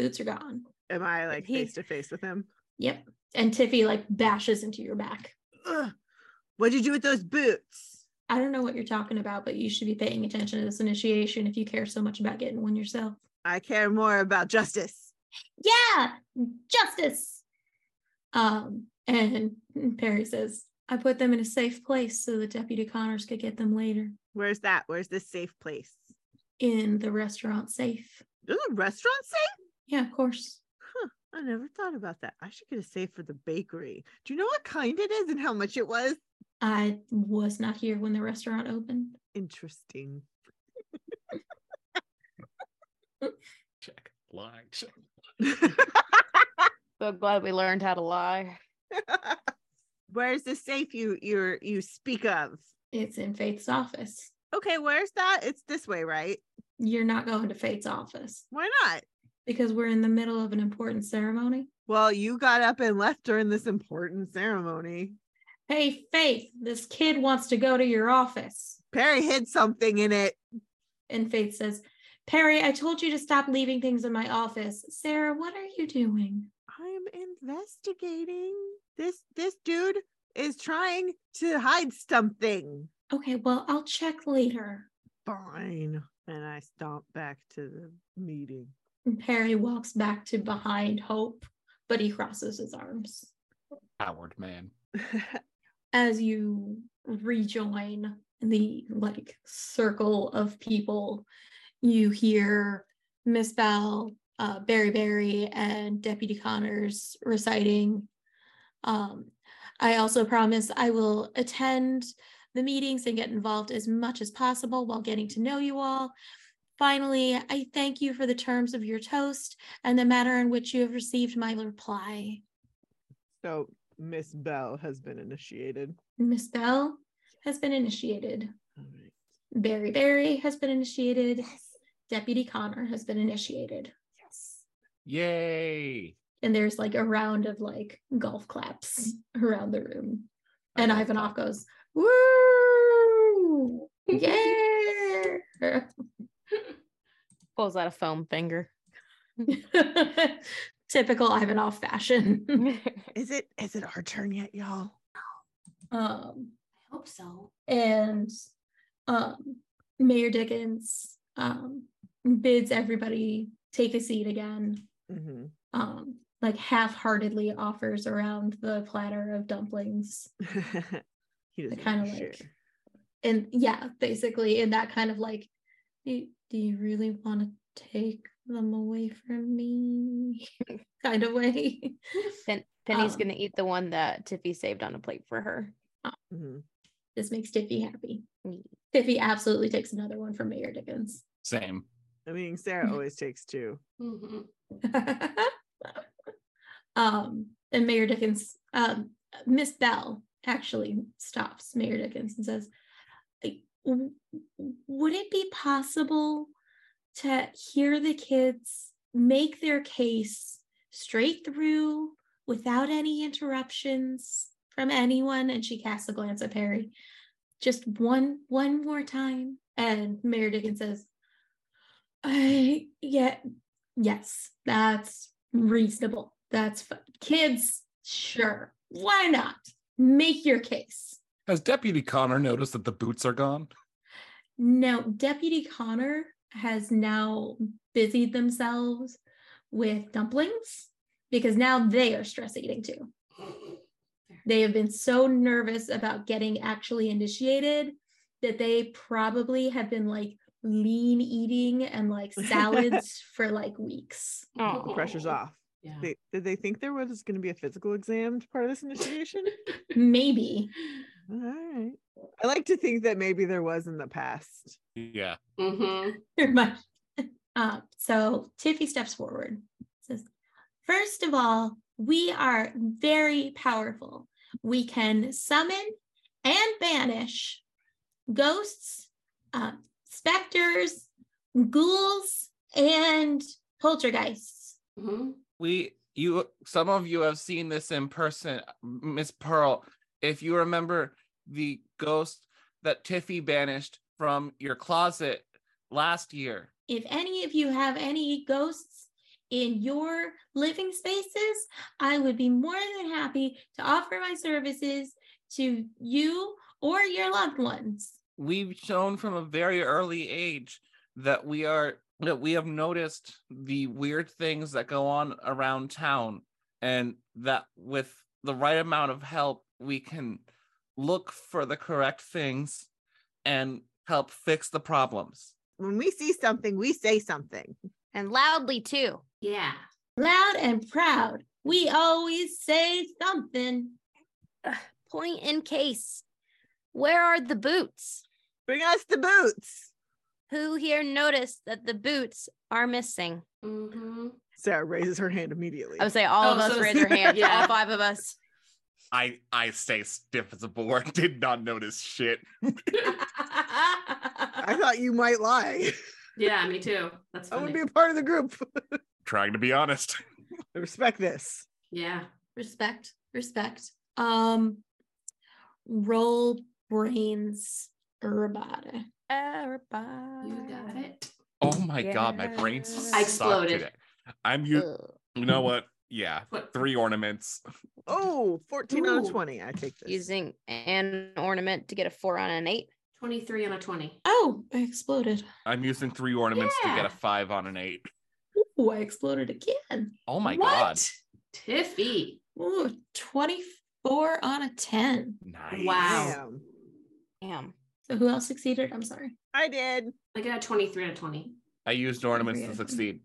C: Boots are gone.
E: Am I like
G: He-
E: face to face with him?
C: Yep. And Tiffy like bashes into your back.
E: Ugh, what'd you do with those boots?
C: I don't know what you're talking about, but you should be paying attention to this initiation if you care so much about getting one yourself.
E: I care more about justice.
C: yeah, justice. Um, and Perry says, I put them in a safe place so that Deputy Connors could get them later
E: Where's that? Where's this safe place?
C: in the restaurant safe.
E: There's a restaurant safe?
C: Yeah, of course.
E: Huh. I never thought about that. I should get a safe for the bakery. Do you know what kind it is and how much it was?
C: I was not here when the restaurant opened.
E: Interesting.
H: Check. Lie. Check.
I: So glad we learned how to lie.
E: where's the safe you you you speak of?
C: It's in Faith's office.
E: Okay, where's that? It's this way, right?
C: You're not going to Faith's office
E: Why not?
C: because we're in the middle of an important ceremony.
E: Well, you got up and left during this important ceremony.
C: Hey, Faith, this kid wants to go to your office.
E: Perry hid something in it.
C: And Faith says, Perry, I told you to stop leaving things in my office. Sarah, what are you doing?
E: I'm investigating. This this dude is trying to hide something.
C: Okay, well, I'll check later.
E: Fine. And I stomp back to the meeting.
C: And Perry walks back to behind Hope, but he crosses his arms.
H: Howard, man.
C: As you rejoin the like circle of people, you hear Miss Bell, uh, Barry Barry, and Deputy Connors reciting. Um, I also promise I will attend the meetings and get involved as much as possible while getting to know you all. Finally, I thank you for the terms of your toast and the manner in which you have received my reply.
E: so Miss Bell has been initiated.
C: Miss Bell has been initiated.
E: All right.
C: Barry Barry has been initiated. Deputy Connor has been initiated.
H: Yay.
C: And there's like a round of like golf claps around the room. And
H: I love
C: Ivanov
H: that.
C: goes, Woo! Yeah!
I: Pulls out a foam finger.
C: Typical Ivanov fashion.
I: I
E: Is it is it our turn yet, y'all?
C: Um,
F: hope so.
C: and um, Mayor Dickens um, bids everybody take a seat again.
E: Mm-hmm.
C: um, like half-heartedly offers around the platter of dumplings
E: he doesn't
C: kinda
E: wanna
C: like-
E: share.
C: and yeah basically in that kind of like do, do you really want to take them away from me kind of way
I: Pen- Penny's
C: Um,
I: gonna eat the one that Tiffy saved on a plate for her.
E: Mhm.
C: this makes tiffy happy
I: Mm.
C: tiffy absolutely takes another one from mayor dickens
H: Same.
E: I mean, Sarah always takes two.
F: hmm
C: um and mayor dickens um miss bell actually stops mayor dickens and says "I- w- would it be possible to hear the kids make their case straight through without any interruptions from anyone and she casts a glance at perry just one one more time and mayor dickens says i yeah yes that's reasonable that's fine. kids sure why not make your case
H: Has Deputy Connor noticed that the boots are gone?
C: now deputy connor has now busied themselves with dumplings because now they are stress eating too they have been so nervous about getting actually initiated that they probably have been like lean eating and like salads for like weeks
I: Oh,
E: The pressure's off.
F: Yeah.
E: They, did they think there was going to be a physical exam to part of this initiation?
C: maybe
E: All right. I like to think that maybe there was in the past.
H: Yeah.
F: hmm
C: Very much. Uh, so Tiffy steps forward. Says, First of all, we are very powerful. We can summon and banish ghosts, uh, specters, ghouls, and poltergeists.
F: hmm
D: we you some of you have seen this in person miss pearl if you remember the ghost that tiffy banished from your closet last year
C: If any of you have any ghosts in your living spaces, I would be more than happy to offer my services to you or your loved ones.
D: we've shown from a very early age that we are that we have noticed the weird things that go on around town and that with the right amount of help we can look for the correct things and help fix the problems
E: When we see something, we say something.
G: and loudly too.
F: Yeah.
C: Loud and proud. We always say something.
G: Point in case. Where are the boots?
E: Bring us the boots.
G: Who here noticed that the boots are missing?
F: Mm-hmm.
E: Sarah raises her hand immediately.
I: I would say all
F: Oh,
I: of us
F: so
I: raise
F: it's-
I: our hand.
F: yeah.
I: All five of us.
H: I I stay stiff as a board. Did not notice shit.
E: I thought you might lie.
F: yeah, me too. That's
E: I want
F: funny.
E: to be a part of the group.
H: Trying to be honest.
E: I respect this.
F: yeah.
C: Respect. Respect. Um roll brains herbata.
I: Everybody.
F: You got it.
H: Oh my god, my brain
I: Yes.
H: sucked
I: I
F: exploded.
H: today. I'm you. You know what? Yeah,
F: What?
H: three ornaments.
E: Oh, 14 out of
F: Ooh.
E: 20. I take this.
I: Using an ornament to get a four on an eight.
F: 23 on a 20.
C: Oh, I exploded.
H: I'm using three ornaments to get
F: Yeah.
H: a five on an eight.
C: Ooh, I exploded again.
H: Oh my
F: what?
H: god!
F: Tiffy.
C: Ooh, 24 on a 10.
H: Nice.
F: Wow.
E: Damn.
I: Damn.
C: So who else succeeded? I'm sorry.
E: I did.
F: I got a 23 on a 20.
H: I used ornaments to
C: Weird.
H: succeed.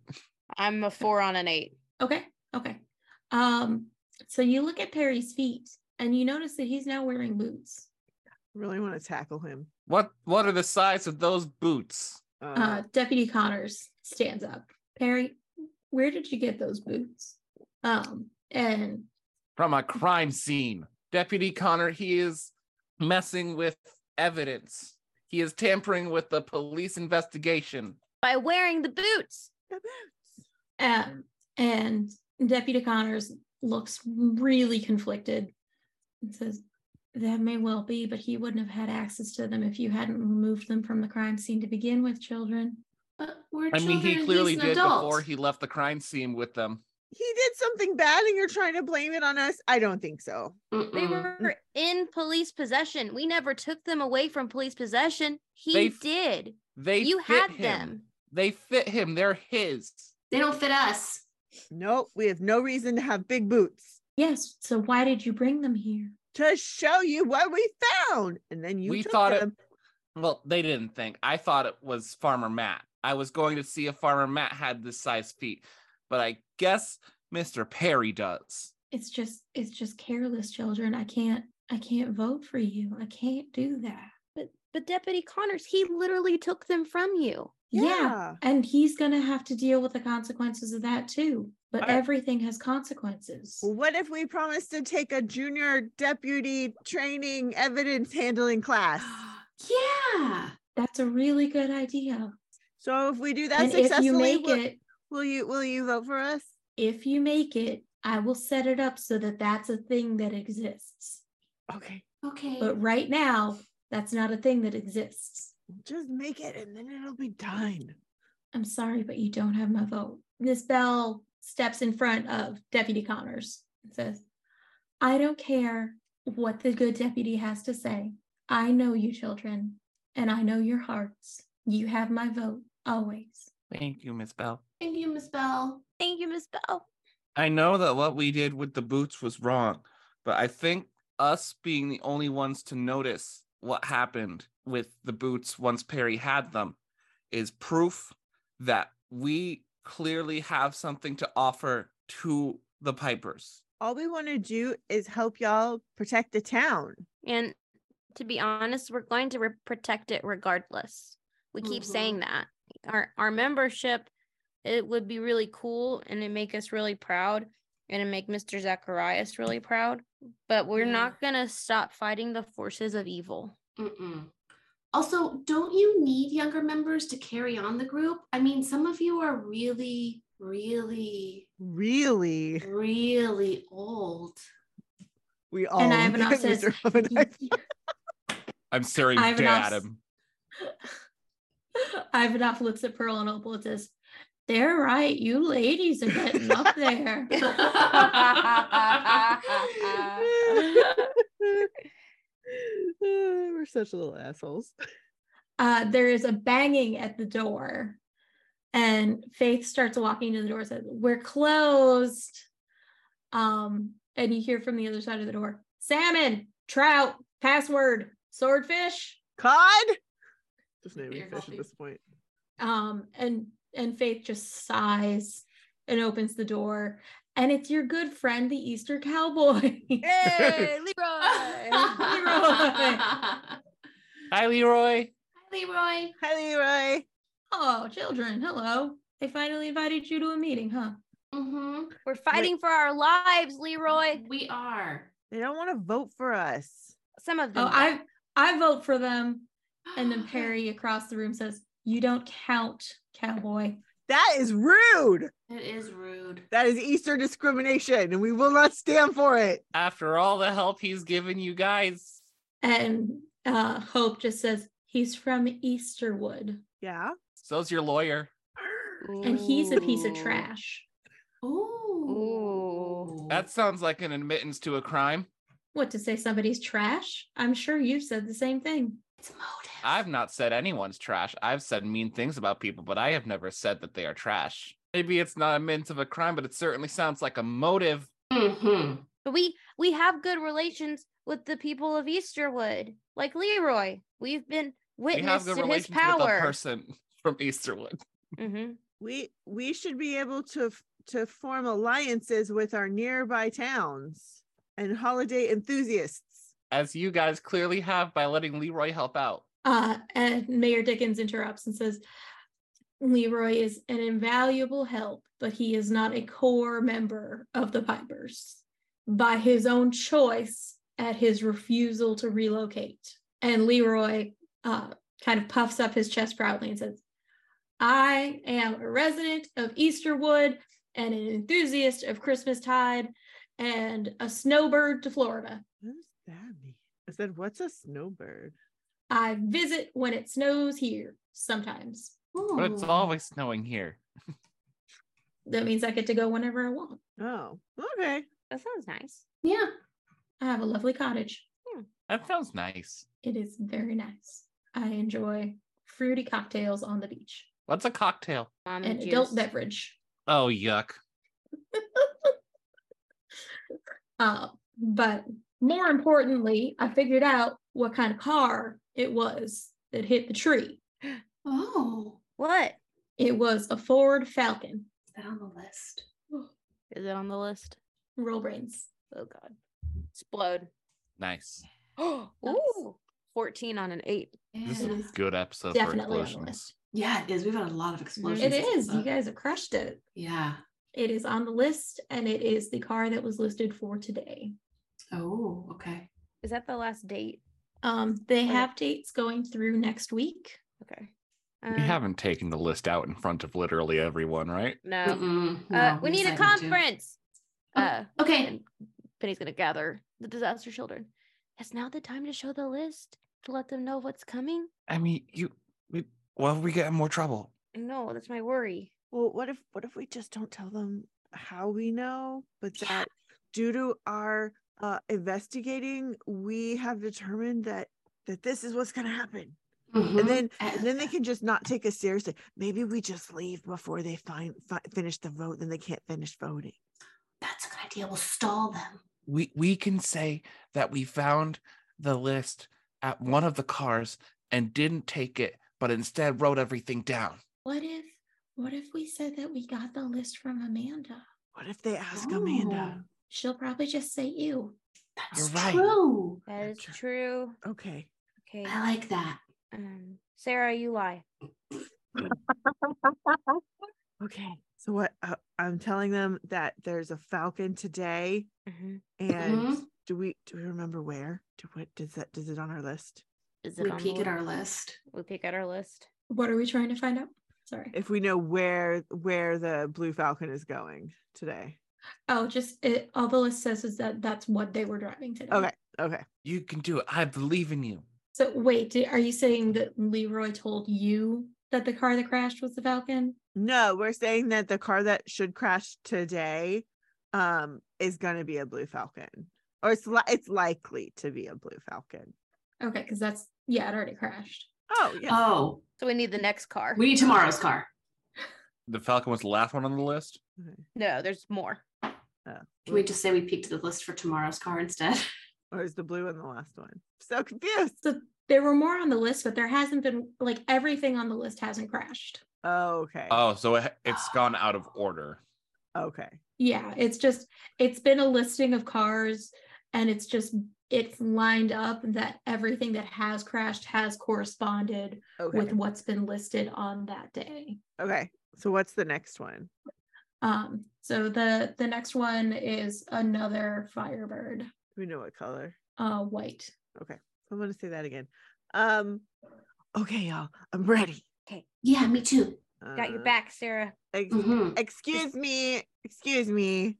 I: I'm a four on an eight.
C: Okay. Okay. Um, so you look at Perry's feet and you notice that he's now wearing boots.
E: Really want to tackle him.
D: what what are the size of those boots
E: Uh-huh.
F: Uh-huh.
C: Uh, Deputy Connors stands up. Perry, where did you get those boots? Um, and
D: from a crime scene deputy connor he is messing with evidence he is tampering with the police investigation
G: By wearing the boots.
C: um, and Deputy Connors looks really conflicted and says, "That may well be, but he wouldn't have had access to them if you hadn't removed them from the crime scene to begin with, children."
F: But we're
D: i mean
F: children.
D: he clearly
F: He's an
D: did
F: adult.
D: before he left the crime scene with them
E: he did something bad and you're trying to blame it on us? I don't think so.
F: Mm-mm.
G: They
I: Mm-hmm.
G: were in police possession. We never took them away from police possession. He
D: They f-
G: did.
D: they
G: you
D: fit
G: had
D: him.
G: them.
D: they fit him they're his
F: They don't fit us.
E: Nope, we have no reason to have big boots
C: Yes. So why did you bring them here?
E: to show you what we found. And then you
D: We
E: took
D: thought it-
E: them.
D: well they didn't think i thought it was farmer matt i was going to see if farmer matt had this size feet but i guess mr perry does
C: It's just, it's just careless, children. I can't, I can't vote for you. I can't do that.
G: But but Deputy Connors, he literally took them from you.
E: yeah.
C: And he's going to have to deal with the consequences of that too. But
E: I-
C: everything has consequences.
E: Well, What if we promised to take a junior deputy training evidence handling class?
F: yeah.
C: That's a really good idea.
E: So if we do that
C: and if
E: successfully,
C: you make
E: will,
C: it,
E: will you will you vote for us?
C: if you make it, I will set it up so that that's a thing that exists.
E: Okay,
F: Okay.
C: But right now, that's not a thing that exists.
E: just make it and then it'll be done.
C: I'm sorry, but you don't have my vote. Miss Bell steps in front of Deputy Connors and says, I don't care what the good deputy has to say. I know you children, and I know your hearts. You have my vote always.
D: thank you miss bell
F: Thank you, Miss Bell.
G: Thank you, Miss Bell.
D: I know that what we did with the boots was wrong, but I think us being the only ones to notice what happened with the boots once Perry had them is proof that we clearly have something to offer to the Pipers.
E: All we want to do is help y'all protect the town.
G: And to be honest, we're going to re- protect it regardless. We keep saying
D: Mm-hmm.
G: that. Our our membership it would be really cool and it make us really proud and it make Mr. Zacharias really proud, but we're
F: Yeah.
G: not going to stop fighting the forces of evil.
F: Mm-mm. Also, don't you need younger members to carry on the group? I mean, some of you are really, really,
E: Really,
F: really old.
E: we all.
C: I have an
E: look at
C: upstairs-
E: Mr. Hovenack.
H: I'm staring
C: Ivanov-
H: dead at him.
C: Ivanov looks at Pearl and Opal and says, They're right. You ladies are getting up there.
E: We're such little assholes.
C: Uh, there is a banging at the door And Faith starts walking to the door, says, We're closed. Um, and you hear from the other side of the door, salmon, trout, password, swordfish.
E: Cod. Just naming
F: Beer
E: fish
F: coffee.
E: at this point.
C: Um, and and Faith just sighs and opens the door. And it's your good friend, the Easter cowboy.
I: Hey, Leroy.
C: Leroy.
D: Hi, Leroy.
F: Leroy.
E: Hi, Leroy.
C: oh, children, hello. They finally invited you to a meeting, huh?
F: Mm-hmm.
G: We're fighting for our lives, Leroy.
F: We are.
E: They don't want to vote for us.
G: Some of them.
C: Oh, I I vote for them. And then Perry across the room says, You don't count, cowboy.
E: That is rude.
F: It is rude.
E: That is Easter discrimination, and we will not stand for it.
D: After all the help he's given you guys,
C: And uh, Hope just says, He's from Easterwood
E: Yeah.
D: so's your lawyer.
C: and he's a piece of
I: Ooh.
C: trash.
F: Ooh.
D: That sounds like an admittance to a crime.
C: What to say somebody's trash? I'm sure you've said the same thing.
F: it's motive.
D: I've not said anyone's trash. I've said mean things about people, but I have never said that they are trash. Maybe it's not a mint of a crime, but it certainly sounds like a motive.
F: hmm
G: But we we have good relations with the people of Easterwood, like Leroy. We've been
D: We have
G: witness
D: the
G: to his
D: relations with a
G: power.
D: person from Easterwood.
G: hmm
E: We we should be able to f- to form alliances with our nearby towns and holiday enthusiasts.
D: as you guys clearly have by letting Leroy help out.
C: Uh, and Mayor Dickens interrupts and says, Leroy is an invaluable help, but he is not a core member of the Pipers by his own choice at his refusal to relocate. And Leroy uh, kind of puffs up his chest proudly and says, I am a resident of Easterwood and an enthusiast of Christmastide and a snowbird to Florida.
E: What does that mean? I said, what's a snowbird?
C: I visit when it snows here sometimes.
D: But it's
F: Ooh.
D: always snowing here.
C: That means I get to go whenever I want.
E: Oh, okay.
G: That sounds nice.
F: Yeah.
C: I have a lovely cottage.
D: That sounds nice.
C: It is very nice. I enjoy fruity cocktails on the beach,
D: What's a cocktail?
I: Mom
C: an
I: and
C: adult
I: juice.
C: beverage.
D: Oh, yuck.
C: uh, but more importantly, I figured out what kind of car it was that hit the tree.
F: Oh,
G: What?
C: It was a Ford Falcon.
F: is that on the list?
I: Is it on the list?
C: Roll brains.
I: Oh God. Explode.
D: Nice.
I: Oh, ooh. 14 on an eight.
D: This
F: Yeah.
D: is a good episode
C: Definitely
D: for
C: on the
D: explosions.
C: list.
F: Yeah, it is. We've had a lot of explosions.
C: It
F: this
C: is. You
F: episode.
C: guys have crushed it.
F: Yeah.
C: It is on the list, and it is the car that was listed for today.
F: Oh, okay.
I: Is that the last date?
C: Um, they
I: Okay.
C: have dates going through next week.
I: Okay.
D: We
I: Um,
D: haven't taken the list out in front of literally everyone, right?
I: No.
F: Mm-mm,
I: uh,
F: no,
I: we need a
F: decided to.
I: conference.
F: Oh.
I: Uh,
F: Okay.
I: and Penny's gonna gather the disaster children.
G: Is now the time to show the list to let them know what's coming?
D: I mean, you. We, well, we get in more trouble.
G: No, that's my worry.
E: Well, what if what if we just don't tell them how we know, but that due to our uh, investigating, we have determined that that this is what's gonna happen.
F: Mhm.
E: And then
F: Uh,
E: and then they can just not take us seriously. Maybe we just leave before they find fi- finish the vote, then they can't finish voting.
F: That's a good idea. We'll stall them.
D: We, we can say that we found the list at one of the cars and didn't take it, but instead wrote everything down.
C: What if what if we said that we got the list from Amanda?
E: What if they ask Amanda?
F: Oh,
C: She'll probably just say you.
F: That's
D: You're right.
F: true.
G: That is
E: Gotcha.
G: true.
E: Okay.
G: Okay.
F: I like that.
G: Um, Sarah, you lie.
E: Okay. So what uh, I'm telling them that there's a falcon today,
I: Mm-hmm.
G: Mhm.
E: and
F: Mhm.
E: do we do we remember where? Do what does that does it on our list?
I: Is it
F: We
I: on the
F: peek at
I: li-
F: our list.
I: we peek at our list?
C: What are we trying to find out? Sorry.
E: If we know where where the blue falcon is going today.
C: Oh, just it, all the list says is that that's what they were driving today.
E: Okay. Okay.
D: You can do it. I believe in you.
C: So wait, di- are you saying that Leroy told you that the car that crashed was the Falcon?
E: No, we're saying that the car that should crash today um is going to be a blue falcon. Or it's li- it's likely to be a blue falcon.
C: Okay, because that's yeah, it already crashed.
I: Um,
E: Oh, yeah.
F: Oh,
I: So we need the next car.
F: we need tomorrow's car.
D: the Falcon was the last one on the list.
I: No, there's more.
F: Can we just say we peeked the list for tomorrow's car instead?
E: Or is the blue one the last one? So confused.
C: So there were more on the list, but there hasn't been like everything on the list hasn't crashed.
E: Oh, okay.
I: Uh,
D: Oh, so it, it's gone out of order.
E: Okay.
C: Yeah, it's just it's been a listing of cars and it's just it's lined up that everything that has crashed has corresponded
E: Okay.
C: with what's been listed on that day.
E: okay. So what's the next one?
C: Um, so the the next one is another Firebird,
E: We know what color.
C: uh, white.
E: I'm gonna say that again. Um okay, y'all. I'm ready.
F: Yeah, me too.
I: Got your
E: Uh,
I: back, Sarah.
E: ex-
F: Mhm.
E: excuse me. Excuse me.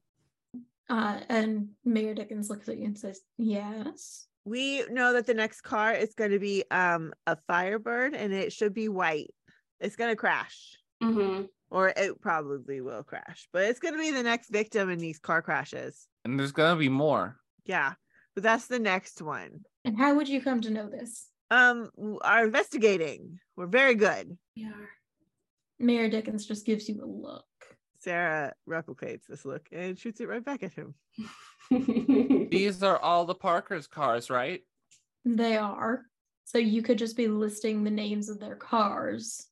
C: Uh, and Mayor Dickens looks at you and says, "Yes."
E: We know that the next car is gonna be um a firebird and it should be white. It's gonna crash.
F: Mhm.
E: Or it probably will crash, but it's gonna be the next victim in these car crashes.
D: And there's gonna be more.
E: Yeah. But that's the next one.
C: And how would you come to know this?
E: Um w- are investigating. We're very good.
F: We are.
C: Mayor Dickens just gives you a look.
E: Sarah replicates this look and shoots it right back at him.
D: These are all the Parker's cars, right?
C: They are. So you could just be listing the names of their cars.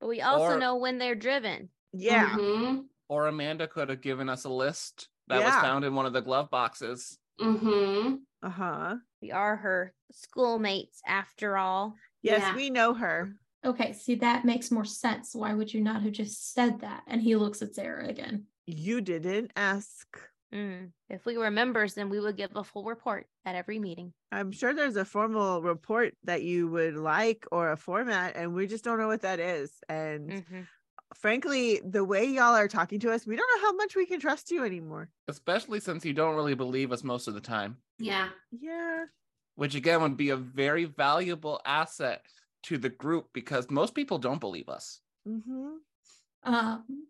I: But we also
D: Or-
I: know when they're driven.
E: Yeah.
F: Mhm.
D: Or Amanda could have given us a list that was
E: Yeah.
D: found in one of the glove boxes.
F: Mhm.
E: Uh-huh.
I: We are her schoolmates after all.
E: Yes,
F: Yeah.
E: we know her.
C: Okay, see that makes more sense. Why would you not have just said that? And he looks at Sarah again.
E: You didn't ask.
I: Mm. If we were members, then we would give a full report at every meeting.
E: I'm sure there's a formal report that you would like or a format, and we just don't know what that is. And
C: Mm.
I: Mm-hmm.
E: frankly, the way y'all are talking to us, we don't know how much we can trust you anymore.
D: Especially since you don't really believe us most of the time,
F: Yeah.
E: Yeah.
D: which again would be a very valuable asset to the group because most people don't believe us.
E: Mm-hmm.
C: Um,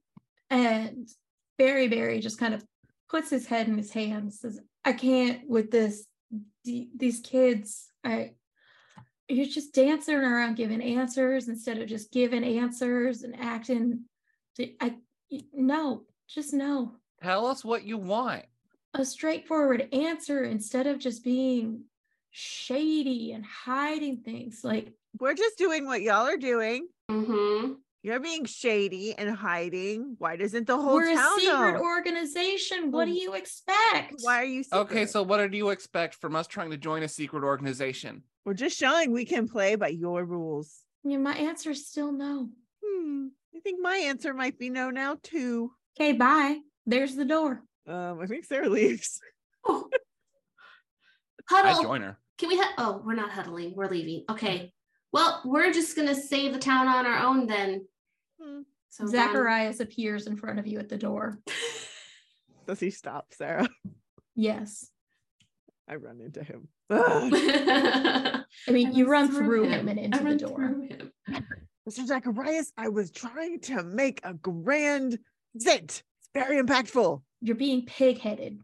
C: and Barry Barry just kind of puts his head in his hands, says, I can't with this. The- These kids, I you're just dancing around giving answers instead of just giving answers and acting. to- I no, just no.
D: Tell us what you want.
C: a straightforward answer instead of just being shady and hiding things like
E: We're just doing what y'all are doing.
F: Mhm.
E: You're being shady and hiding. Why doesn't the whole
C: we're a
E: town
C: secret
E: know? Mm.
C: organization what do you expect
E: Why are you secret?
D: Okay, so what do you expect from us trying to join a secret organization?
E: we're just showing we can play by your rules.
C: Yeah, my answer is still no
E: Hmm. I think my answer might be no now too.
C: okay bye there's the door
E: Um, I think Sarah leaves.
F: Oh.
D: I
F: Huddle.
D: join her.
F: Can we? Hu- oh, we're not huddling. We're leaving. Okay. Well, we're just gonna save the town on our own then.
E: Hmm.
F: So Ron-
C: zacharias appears in front of you at the door
E: Does he stop, Sarah?
C: yes
E: I run into him. Ugh,
C: i mean
F: I
C: you run through him, and into
F: I
C: the
F: run
C: door
F: through him.
E: Mr. Zacharias, I was trying to make a grand zit. It's very impactful.
C: you're being pig-headed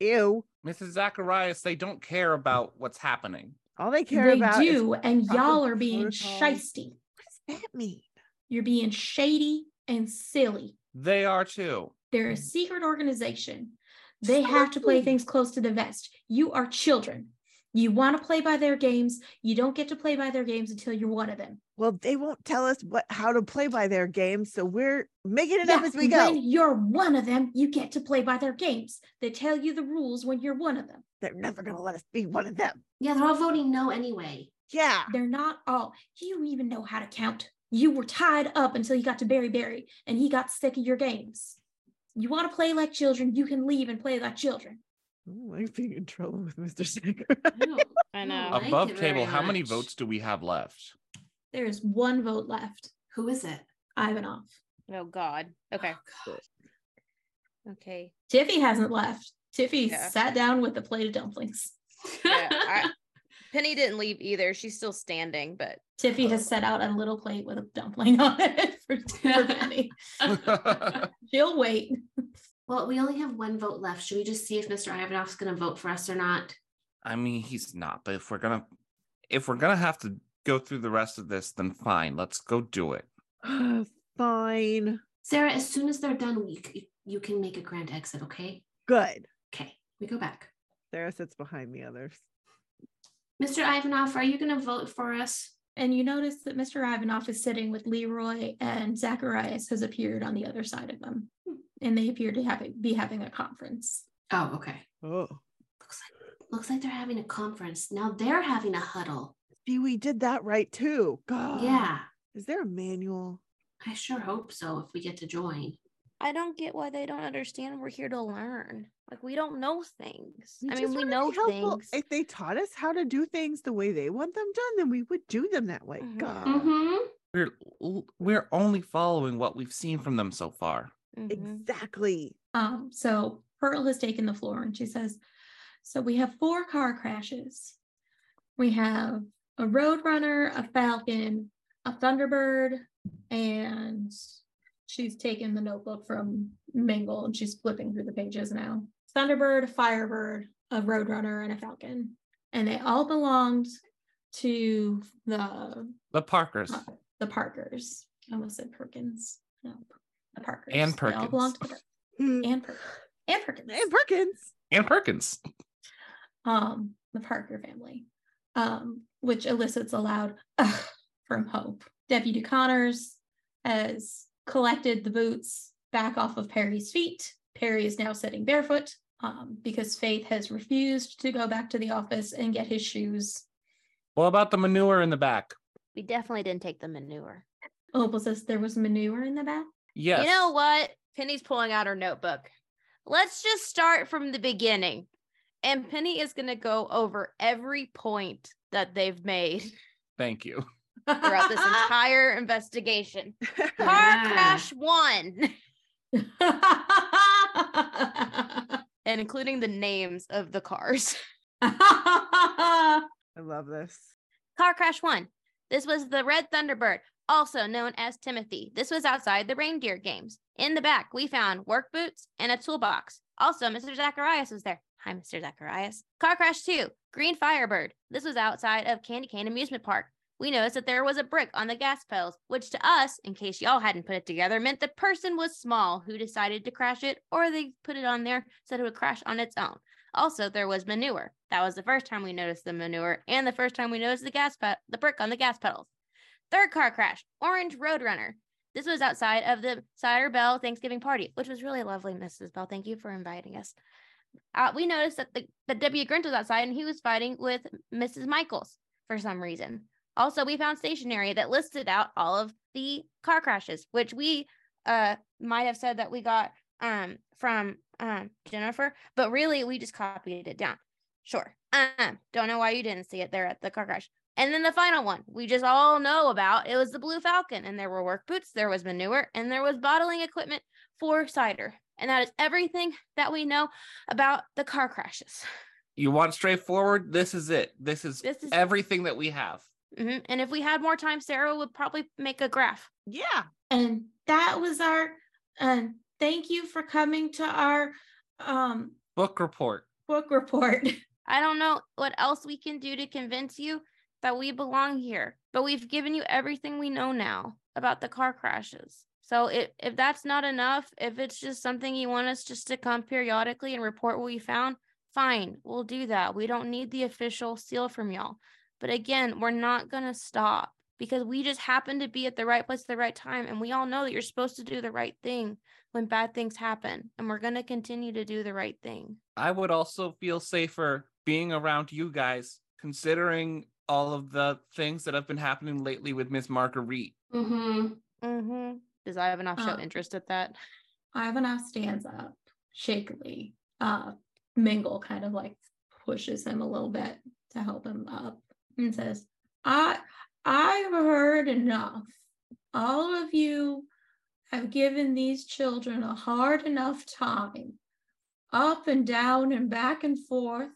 E: Ew.
D: Mrs. Zacharias, they don't care about what's happening.
E: All they care
C: they
E: about is
C: do and y'all
E: proper
C: are being
E: protocol.
C: shisty
E: what does that mean?
C: you're being shady and silly
D: They are too.
C: They're a secret organization. They have to play
E: Exactly.
C: things close to the vest. You are children. You want to play by their games. You don't get to play by their games until you're one of them.
E: Well, they won't tell us what how to play by their game, so we're making it up
C: Yeah,
E: as we go.
C: When you're one of them, you get to play by their games. They tell you the rules when you're one of them.
E: They're never gonna let us be one of them.
F: Yeah, they're all voting no anyway.
E: Yeah.
C: They're not all. You don't even know how to count. You were tied up until you got to Barry Barry, and he got sick of your games. You want to play like children, you can leave and play like children.
E: Ooh, I'm being in trouble with Mr. Zacharias.
I: I
F: know.
E: Oh.
I: know.
F: Thank
D: Above
F: you very
D: table, how many
F: much.
D: votes do we have left?
C: There is one vote left.
F: Who is it?
C: Ivanov.
I: Oh, God. Okay. Okay.
C: Tiffy hasn't left. Tiffy
I: Yeah.
C: sat down with a plate of dumplings.
I: Yeah, I- Penny didn't leave either. She's still standing, but
E: Oh.
C: Tiffy has set out a little plate with a dumpling on it for, for Penny. She'll wait.
F: well, we only have one vote left. Should we just see if Mr. Ivanov's going to vote for us or not?
D: I mean, he's not, but if we're gonna if we're gonna have to go through the rest of this, then fine. Let's go do it.
E: Fine.
F: Sarah, as soon as they're done, you, c- you can make a grand exit, okay?
E: Good.
F: Okay, we go back.
E: Sarah sits behind the others.
F: Mr. Ivanov, are you going to vote for us?
C: And you notice that Mr. Ivanov is sitting with Leroy and Zacharias has appeared on the other side of them. And they appear to have, be having a conference.
F: Oh, okay.
E: Oh.
F: Looks like, looks like they're having a conference. Now they're having a huddle.
E: See, we did that right too. God.
F: Yeah,
E: Is there a manual?
F: I sure hope so if we get to join.
J: I don't get why they don't understand we're here to learn. Like we don't know things. I mean,
E: just
J: we
E: wanna be
J: know
E: helpful.
J: things.
E: If they taught us how to do things the way they want them done, then we would do them that way.
J: Mhm.
E: God.
F: Mm-hmm.
D: We're we're only following what we've seen from them so far.
G: Mm-hmm.
E: Mm-hmm.
I: Mm-hmm.
J: Mhm.
E: Exactly.
C: Um, so Pearl has taken the floor and she says, So we have four car crashes. We have a Roadrunner, a Falcon, a Thunderbird, and she's taken the notebook from Mingle and she's flipping through the pages now. Thunderbird, a Firebird, a Roadrunner, and a Falcon. And they all belonged to the
D: The Parkers.
C: the Parkers. I almost said Perkins. No, the Parkers.
D: And
C: They all
D: Perkins.
C: belonged to the Perkins
E: And
C: and Perkins. And Perkins.
E: Perkins.
D: And Perkins.
C: um, the Parker family, um, which elicits a loud "Ugh" from Hope. Deputy Connors has collected the boots back off of Perry's feet. Perry is now sitting barefoot um, because Faith has refused to go back to the office and get his shoes.
D: What about the manure in the back?
G: We definitely didn't take the manure.
C: Opal says there Oh, was manure in the back.
D: Yes.
G: You know what? Penny's pulling out her notebook. Let's just start from the beginning. And Penny is going to go over every point that they've made
D: Thank you.
G: throughout this entire investigation. Car
F: Yeah.
G: crash one, and including the names of the cars.
E: I love this.
G: Car crash one. This was the Red Thunderbird, also known as Timothy. This was outside the reindeer games. In the back, we found work boots and a toolbox. Also, Mr. Zacharias was there. Hi, Mr. Zacharias. Car crash two. Green Firebird. This was outside of Candy Cane Amusement Park. We noticed that there was a brick on the gas pedals, which to us, in case y'all hadn't put it together, meant the person was small who decided to crash it, or they put it on there so that it would crash on its own. Also, there was manure. That was the first time we noticed the manure and the first time we noticed the gas pe- the brick on the gas pedals. Third car crash, orange roadrunner. This was outside of the Cider Bell Thanksgiving party, which was really lovely, Mrs. Bell. Thank you for inviting us. Uh, we noticed that the that W. Grinch was outside and he was fighting with Mrs. Michaels for some reason. Also, we found stationery that listed out all of the car crashes, which we uh, might have said that we got um, from um, Jennifer, but really we just copied it down. Sure. Um, don't know why you didn't see it there at the car crash. And then the final one we just all know about it was the Blue Falcon, and there were work boots, there was manure, and there was bottling equipment for cider. And that is everything that we know about the car crashes.
D: You want straightforward? This is it. This is
G: This is
D: everything that we have.
G: Mhm. and if we had more time, Sarah would probably make a graph.
E: Yeah.
C: and that was our and thank you for coming to our um
D: Book report.
C: book report
G: I don't know what else we can do to convince you that we belong here, but we've given you everything we know now about the car crashes. So if, if that's not enough, if it's just something you want us just to come periodically and report what we found, fine, we'll do that. We don't need the official seal from y'all. But again, we're not going to stop because we just happen to be at the right place at the right time. And we all know that you're supposed to do the right thing when bad things happen. And we're going to continue to do the right thing.
D: I would also feel safer being around you guys, considering all of the things that have been happening lately with Miss Marguerite.
F: Mm-hmm.
G: Mm-hmm. Does I have enough show
C: Um,
G: interest at that?
C: Ivanov stands up shakily. Uh, Mingle kind of like pushes him a little bit to help him up and says, I I've heard enough. All of you have given these children a hard enough time, up and down and back and forth,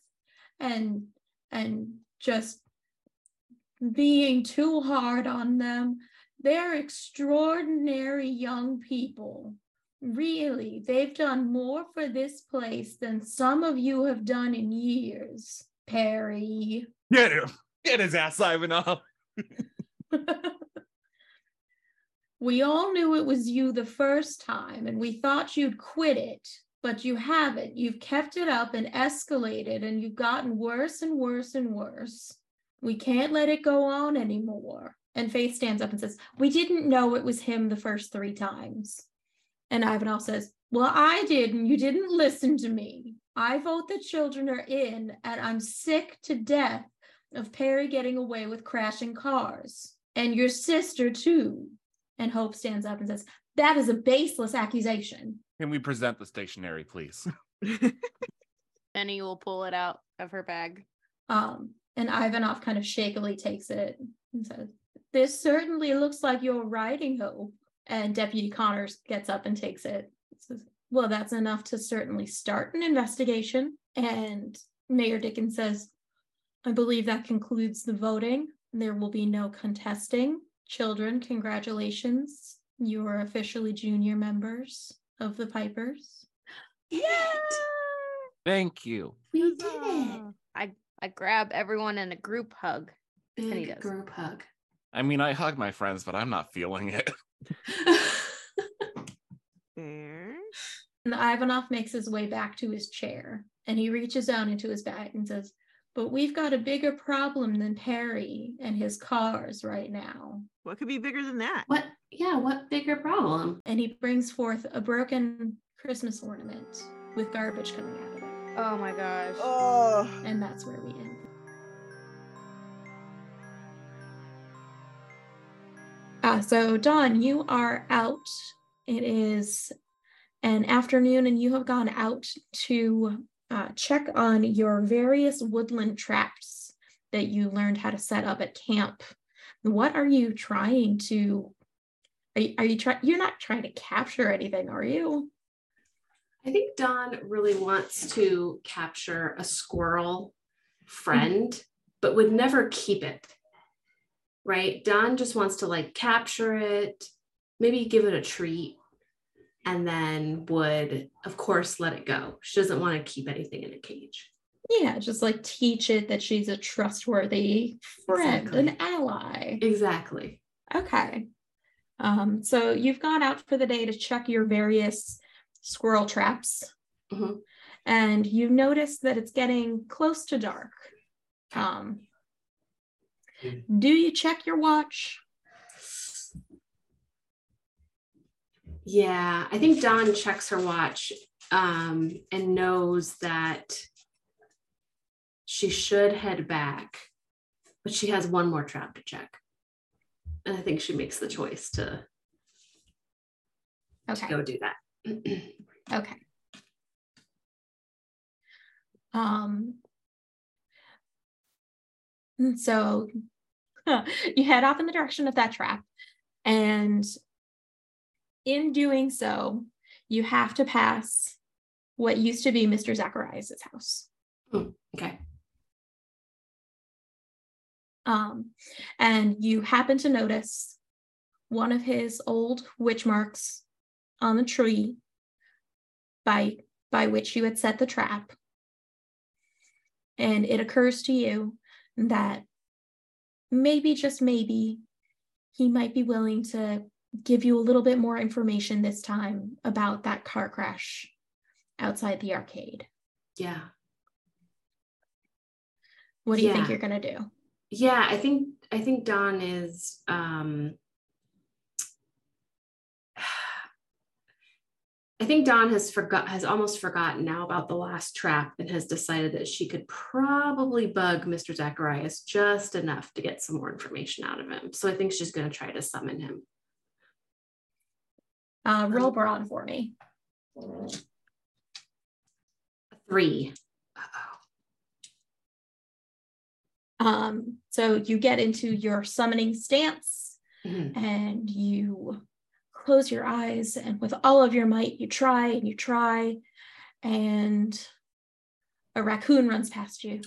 C: and and just being too hard on them. They're extraordinary young people. Really, they've done more for this place than some of you have done in years, Perry.
D: Get him. Get his ass, Ivanov.
C: We all knew it was you the first time and we thought you'd quit it, but you haven't. You've kept it up and escalated and you've gotten worse and worse and worse. We can't let it go on anymore. And Faith stands up and says, We didn't know it was him the first three times. And Ivanov says, Well, I did, and you didn't listen to me. I vote the children are in, and I'm sick to death of Perry getting away with crashing cars. And your sister, too. And Hope stands up and says, That is a baseless accusation.
D: Can we present the stationery, please?
I: Benny will pull it out of her bag.
C: Um, and Ivanov kind of shakily takes it and says, This certainly looks like your writing, Hope. And Deputy Connors gets up and takes it. Says, well, that's enough to certainly start an investigation. And Mayor Dickens says, I believe that concludes the voting. There will be no contesting. Children, congratulations. You are officially junior members of the Pipers.
F: Did it.
D: Thank you.
F: We did it.
I: I grab everyone in a group hug. what he
F: Big
I: does.
F: group hug.
D: I mean, I hug my friends, but I'm not feeling it.
E: There.
C: And Ivanov makes his way back to his chair and he reaches down into his bag and says, But we've got a bigger problem than Perry and his cars right now.
E: What could be bigger than that?
F: what? Yeah. What bigger problem?
C: And he brings forth a broken Christmas ornament with garbage coming out of it.
I: Oh my gosh.
E: Oh.
C: And that's where we end. Uh, so, Dawn, you are out. It is an afternoon, and you have gone out to uh, check on your various woodland traps that you learned how to set up at camp. What are you trying to? Are you, are you trying? You're not trying to capture anything, are you?
F: I think Don really wants to capture a squirrel friend, but would never keep it. Right? Don just wants to like capture it, maybe give it a treat, and then would, of course, let it go. She doesn't want to keep anything in a cage.
C: Yeah, just like teach it that she's a trustworthy friend, an ally.
F: Exactly.
C: Okay. Um, so you've gone out for the day to check your various squirrel traps.
F: Mhm.
C: And you notice that it's getting close to dark. Um, do you check your watch?
F: Yeah, I think Dawn checks her watch um, and knows that she should head back, but she has one more trap to check. And I think she makes the choice to, to
C: Okay.
F: go do that.
C: Okay. Um. and So you head off in the direction of that trap, and in doing so, you have to pass what used to be Mr. Zacharias' house.
F: okay.
C: Um, and you happen to notice one of his old witch marks on the tree by by which you had set the trap. And it occurs to you that maybe just maybe he might be willing to give you a little bit more information this time about that car crash outside the arcade.
F: Yeah.
C: What do you think
F: Yeah.
C: you're going to do?
F: yeah i think i think don is um i think don has forgot has almost forgotten now about the last trap and has decided that she could probably bug mr zacharias just enough to get some more information out of him so i think she's going to try to summon him
C: Uh, roll brawn for me.
F: three
C: Um, so you get into your summoning stance
F: Mhm.
C: and you close your eyes, and with all of your might, you try and you try, and a raccoon runs past you.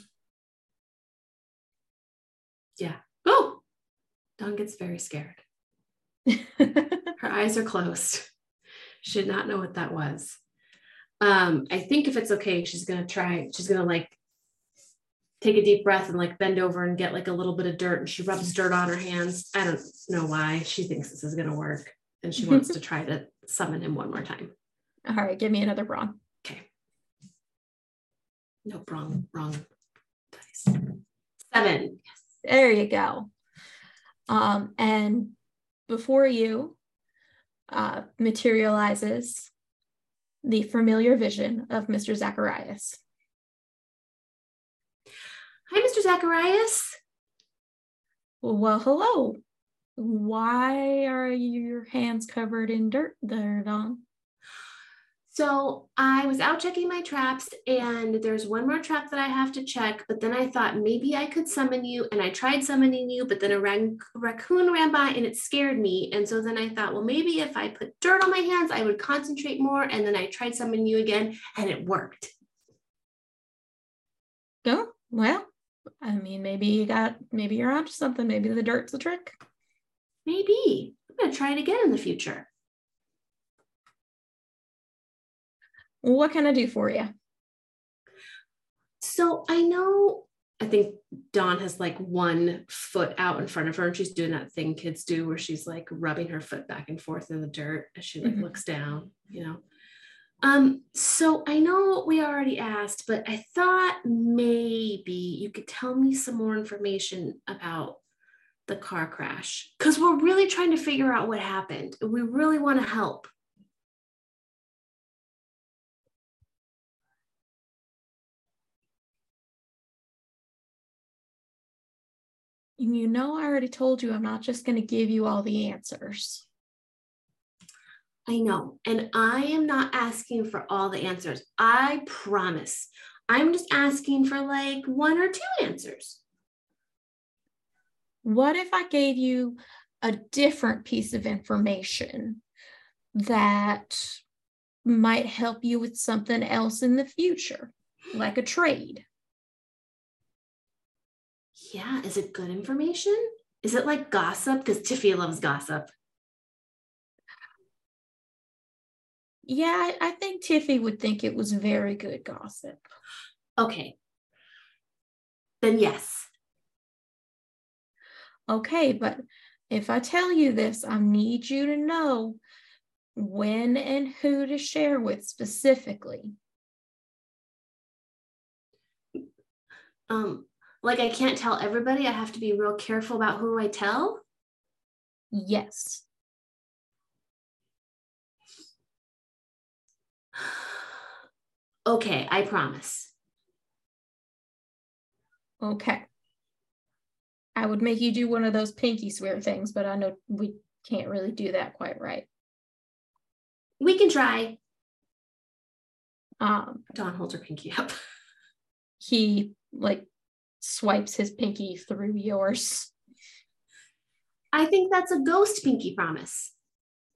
F: oh don gets very scared her eyes are closed. She did not know what that was. Um, I think if it's okay, she's gonna try, she's gonna like take a deep breath and like bend over and get like a little bit of dirt and she rubs dirt on her hands. I don't know why she thinks this is gonna work. and she wants to try to summon him one more time.
C: All right, give me another brawn.
F: Okay. Nope, wrong, wrong dice. Seven.
C: There you go. Um, and before you uh, materializes the familiar vision of Mr. Zacharias.
F: Hi, Mr. Zacharias.
C: Well, hello. Why are your hands covered in dirt there, Don?
F: So I was out checking my traps, and there's one more trap that I have to check. But then I thought maybe I could summon you, and I tried summoning you, but then a rac- raccoon ran by and it scared me. And so then I thought, well, maybe if I put dirt on my hands, I would concentrate more. And then I tried summoning you again, and it worked.
C: Oh, well, I mean, maybe you got, maybe you're onto something. Maybe the dirt's a trick.
F: Maybe I'm gonna try it again in the future.
C: What can I do for you?
F: So I know I think Dawn has like one foot out in front of her and she's doing that thing kids do where she's like rubbing her foot back and forth in the dirt as she like
C: Mhm.
F: looks down, you know. Um so I know we already asked but I thought maybe you could tell me some more information about the car crash cuz we're really trying to figure out what happened. We really want to help.
C: You know, I already told you I'm not just going to give you all the answers.
F: I know. And I am not asking for all the answers. I promise. I'm just asking for like one or two answers.
C: What if I gave you a different piece of information that might help you with something else in the future, like a trade?
F: Yeah. Is it good information? Is it like gossip? Because Tiffy loves gossip.
C: Yeah, I, I think Tiffy would think it was very good gossip.
F: Okay. Then yes.
C: Okay, but if I tell you this, I need you to know when and who to share with specifically.
F: Um, like I can't tell everybody. I have to be real careful about who I tell.
C: Yes,
F: okay, I promise.
C: Okay. I would make you do one of those pinky swear things, but I know we can't really do that quite right.
F: We can try.
C: Um,
F: Dawn holds her pinky up.
C: he like swipes his pinky through yours.
F: I think that's a ghost pinky promise.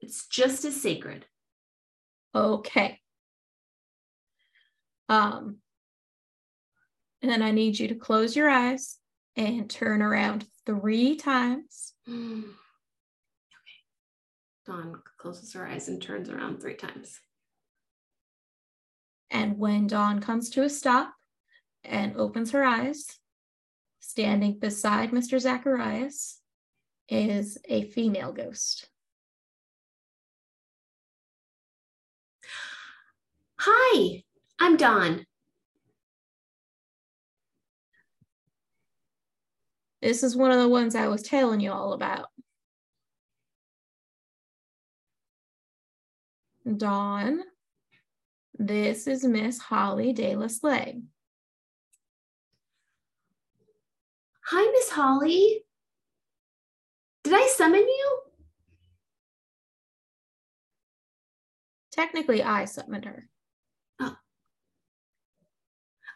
F: It's just as sacred.
C: Okay. Um, and then I need you to close your eyes and turn around three times.
F: okay. Dawn closes her eyes and turns around three times.
C: And when Dawn comes to a stop and opens her eyes, standing beside Mr. Zacharias is a female ghost.
F: Hi, I'm Dawn.
C: This is one of the ones I was telling you all about. Dawn, this is Miss Holly De La Slay.
F: Hi, Miss Holly. Did I summon you?
C: Technically, I summoned her.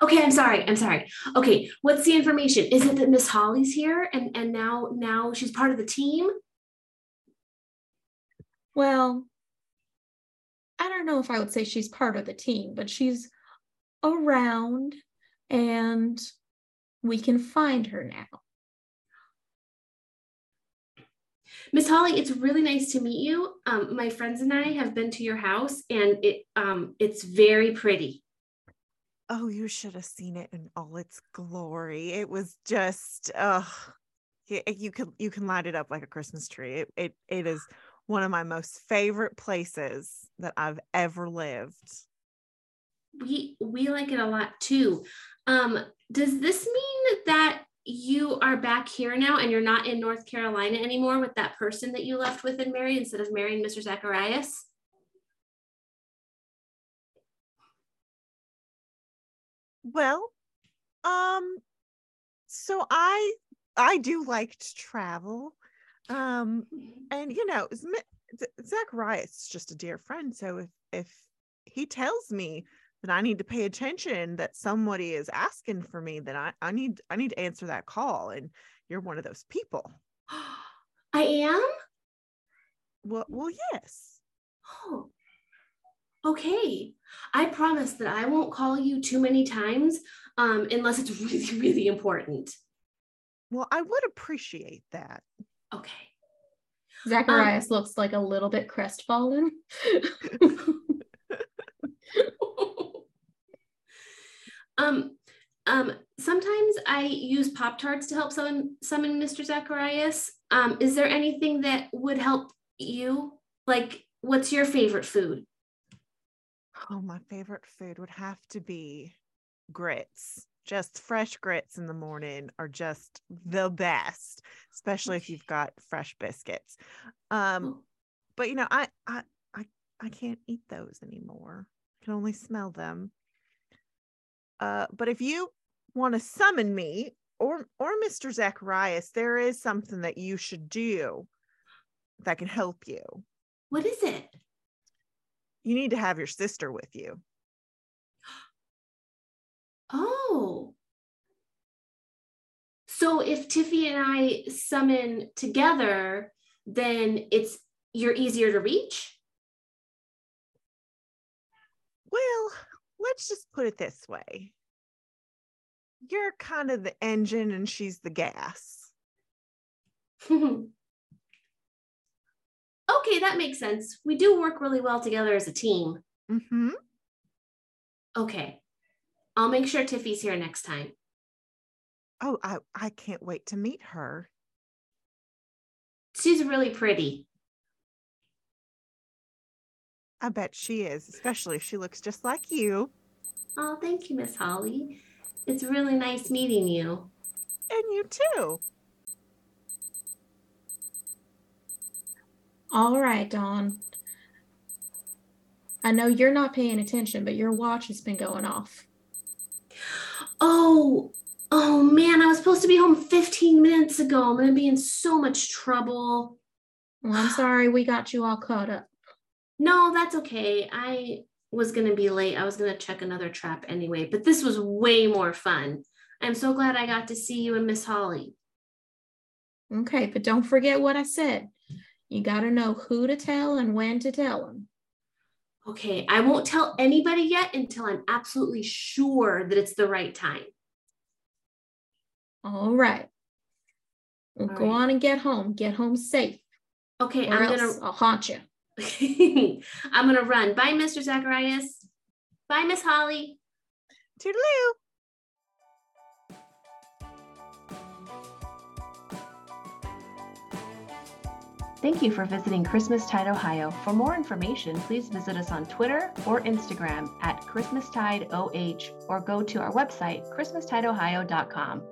F: Okay, I'm sorry. I'm sorry. Okay, what's the information? Is it that Miss Holly's here and and now now she's part of the team?
C: Well, I don't know if I would say she's part of the team, but she's around and we can find her now.
F: Miss Holly, it's really nice to meet you. Um, my friends and I have been to your house, and it um, it's very pretty.
E: Oh, you should have seen it in all its glory. It was just, ugh. Y- You can you can light it up like a Christmas tree. It it, it is one of my most favorite places that I've ever lived.
F: We we like it a lot too. Um, does this mean that you are back here now and you're not in North Carolina anymore with that person that you left with and Mary instead of marrying Mr. Zacharias?
E: Well, um, so I I do like to travel. Um, and you know, Z- Z- Zach Riot's just a dear friend. So if if he tells me that I need to pay attention, that somebody is asking for me, then I, I need I need to answer that call. And you're one of those people.
F: I am?
E: Well, well, yes.
F: Oh. Okay. I promise that I won't call you too many times um, unless it's really, really important.
E: Well, I would appreciate that.
F: Okay.
C: Zacharias looks like a little bit crestfallen.
F: um, um, sometimes I use Pop Tarts to help summon, summon Mr. Zacharias. Um, is there anything that would help you? Like, what's your favorite food?
E: Oh, my favorite food would have to be grits. Just fresh grits in the morning are just the best, especially if you've got fresh biscuits. Um, but you know, I, I I I can't eat those anymore. I can only smell them. Uh, but if you want to summon me or or Mr. Zacharias, there is something that you should do that can help you.
F: What is it?
E: You need to have your sister with you.
F: Oh. So if Tiffy and I summon together, then it's you're easier to reach?
E: Well, let's just put it this way. You're kind of the engine and she's the gas.
F: okay, that makes sense. We do work really well together as a team.
E: Mm-hmm.
F: Okay. I'll make sure Tiffy's here next time.
E: Oh, I, I can't wait to meet her.
F: She's really pretty.
E: I bet she is, especially if she looks just like you.
F: Oh, thank you, Miss Holly. It's really nice meeting you.
E: And you too.
C: All right, Dawn. I know you're not paying attention, but your watch has been going off.
F: Oh, oh man, I was supposed to be home 15 minutes ago. I'm going to be in so much trouble.
C: Well, I'm sorry we got you all caught up.
F: No, that's okay. I was going to be late. I was going to check another trap anyway, but this was way more fun. I'm so glad I got to see you and Miss Holly.
C: Okay, but don't forget what I said. You got to know who to tell and when to tell them.
F: Okay, I won't tell anybody yet until I'm absolutely sure that it's the right time.
C: All right. Well,
F: All
C: go
F: right.
C: on and get home. Get home safe,
F: Okay,
C: or
F: I'm
C: else
F: going to
C: I'll haunt you.
F: I'm going to run. Bye Mr. Zacharias. Bye Miss Holly.
E: Toodaloo.
A: Thank you for visiting Christmastide, Ohio. For more information, please visit us on Twitter or Instagram at ChristmastideOH or go to our website, ChristmastideOhio.com.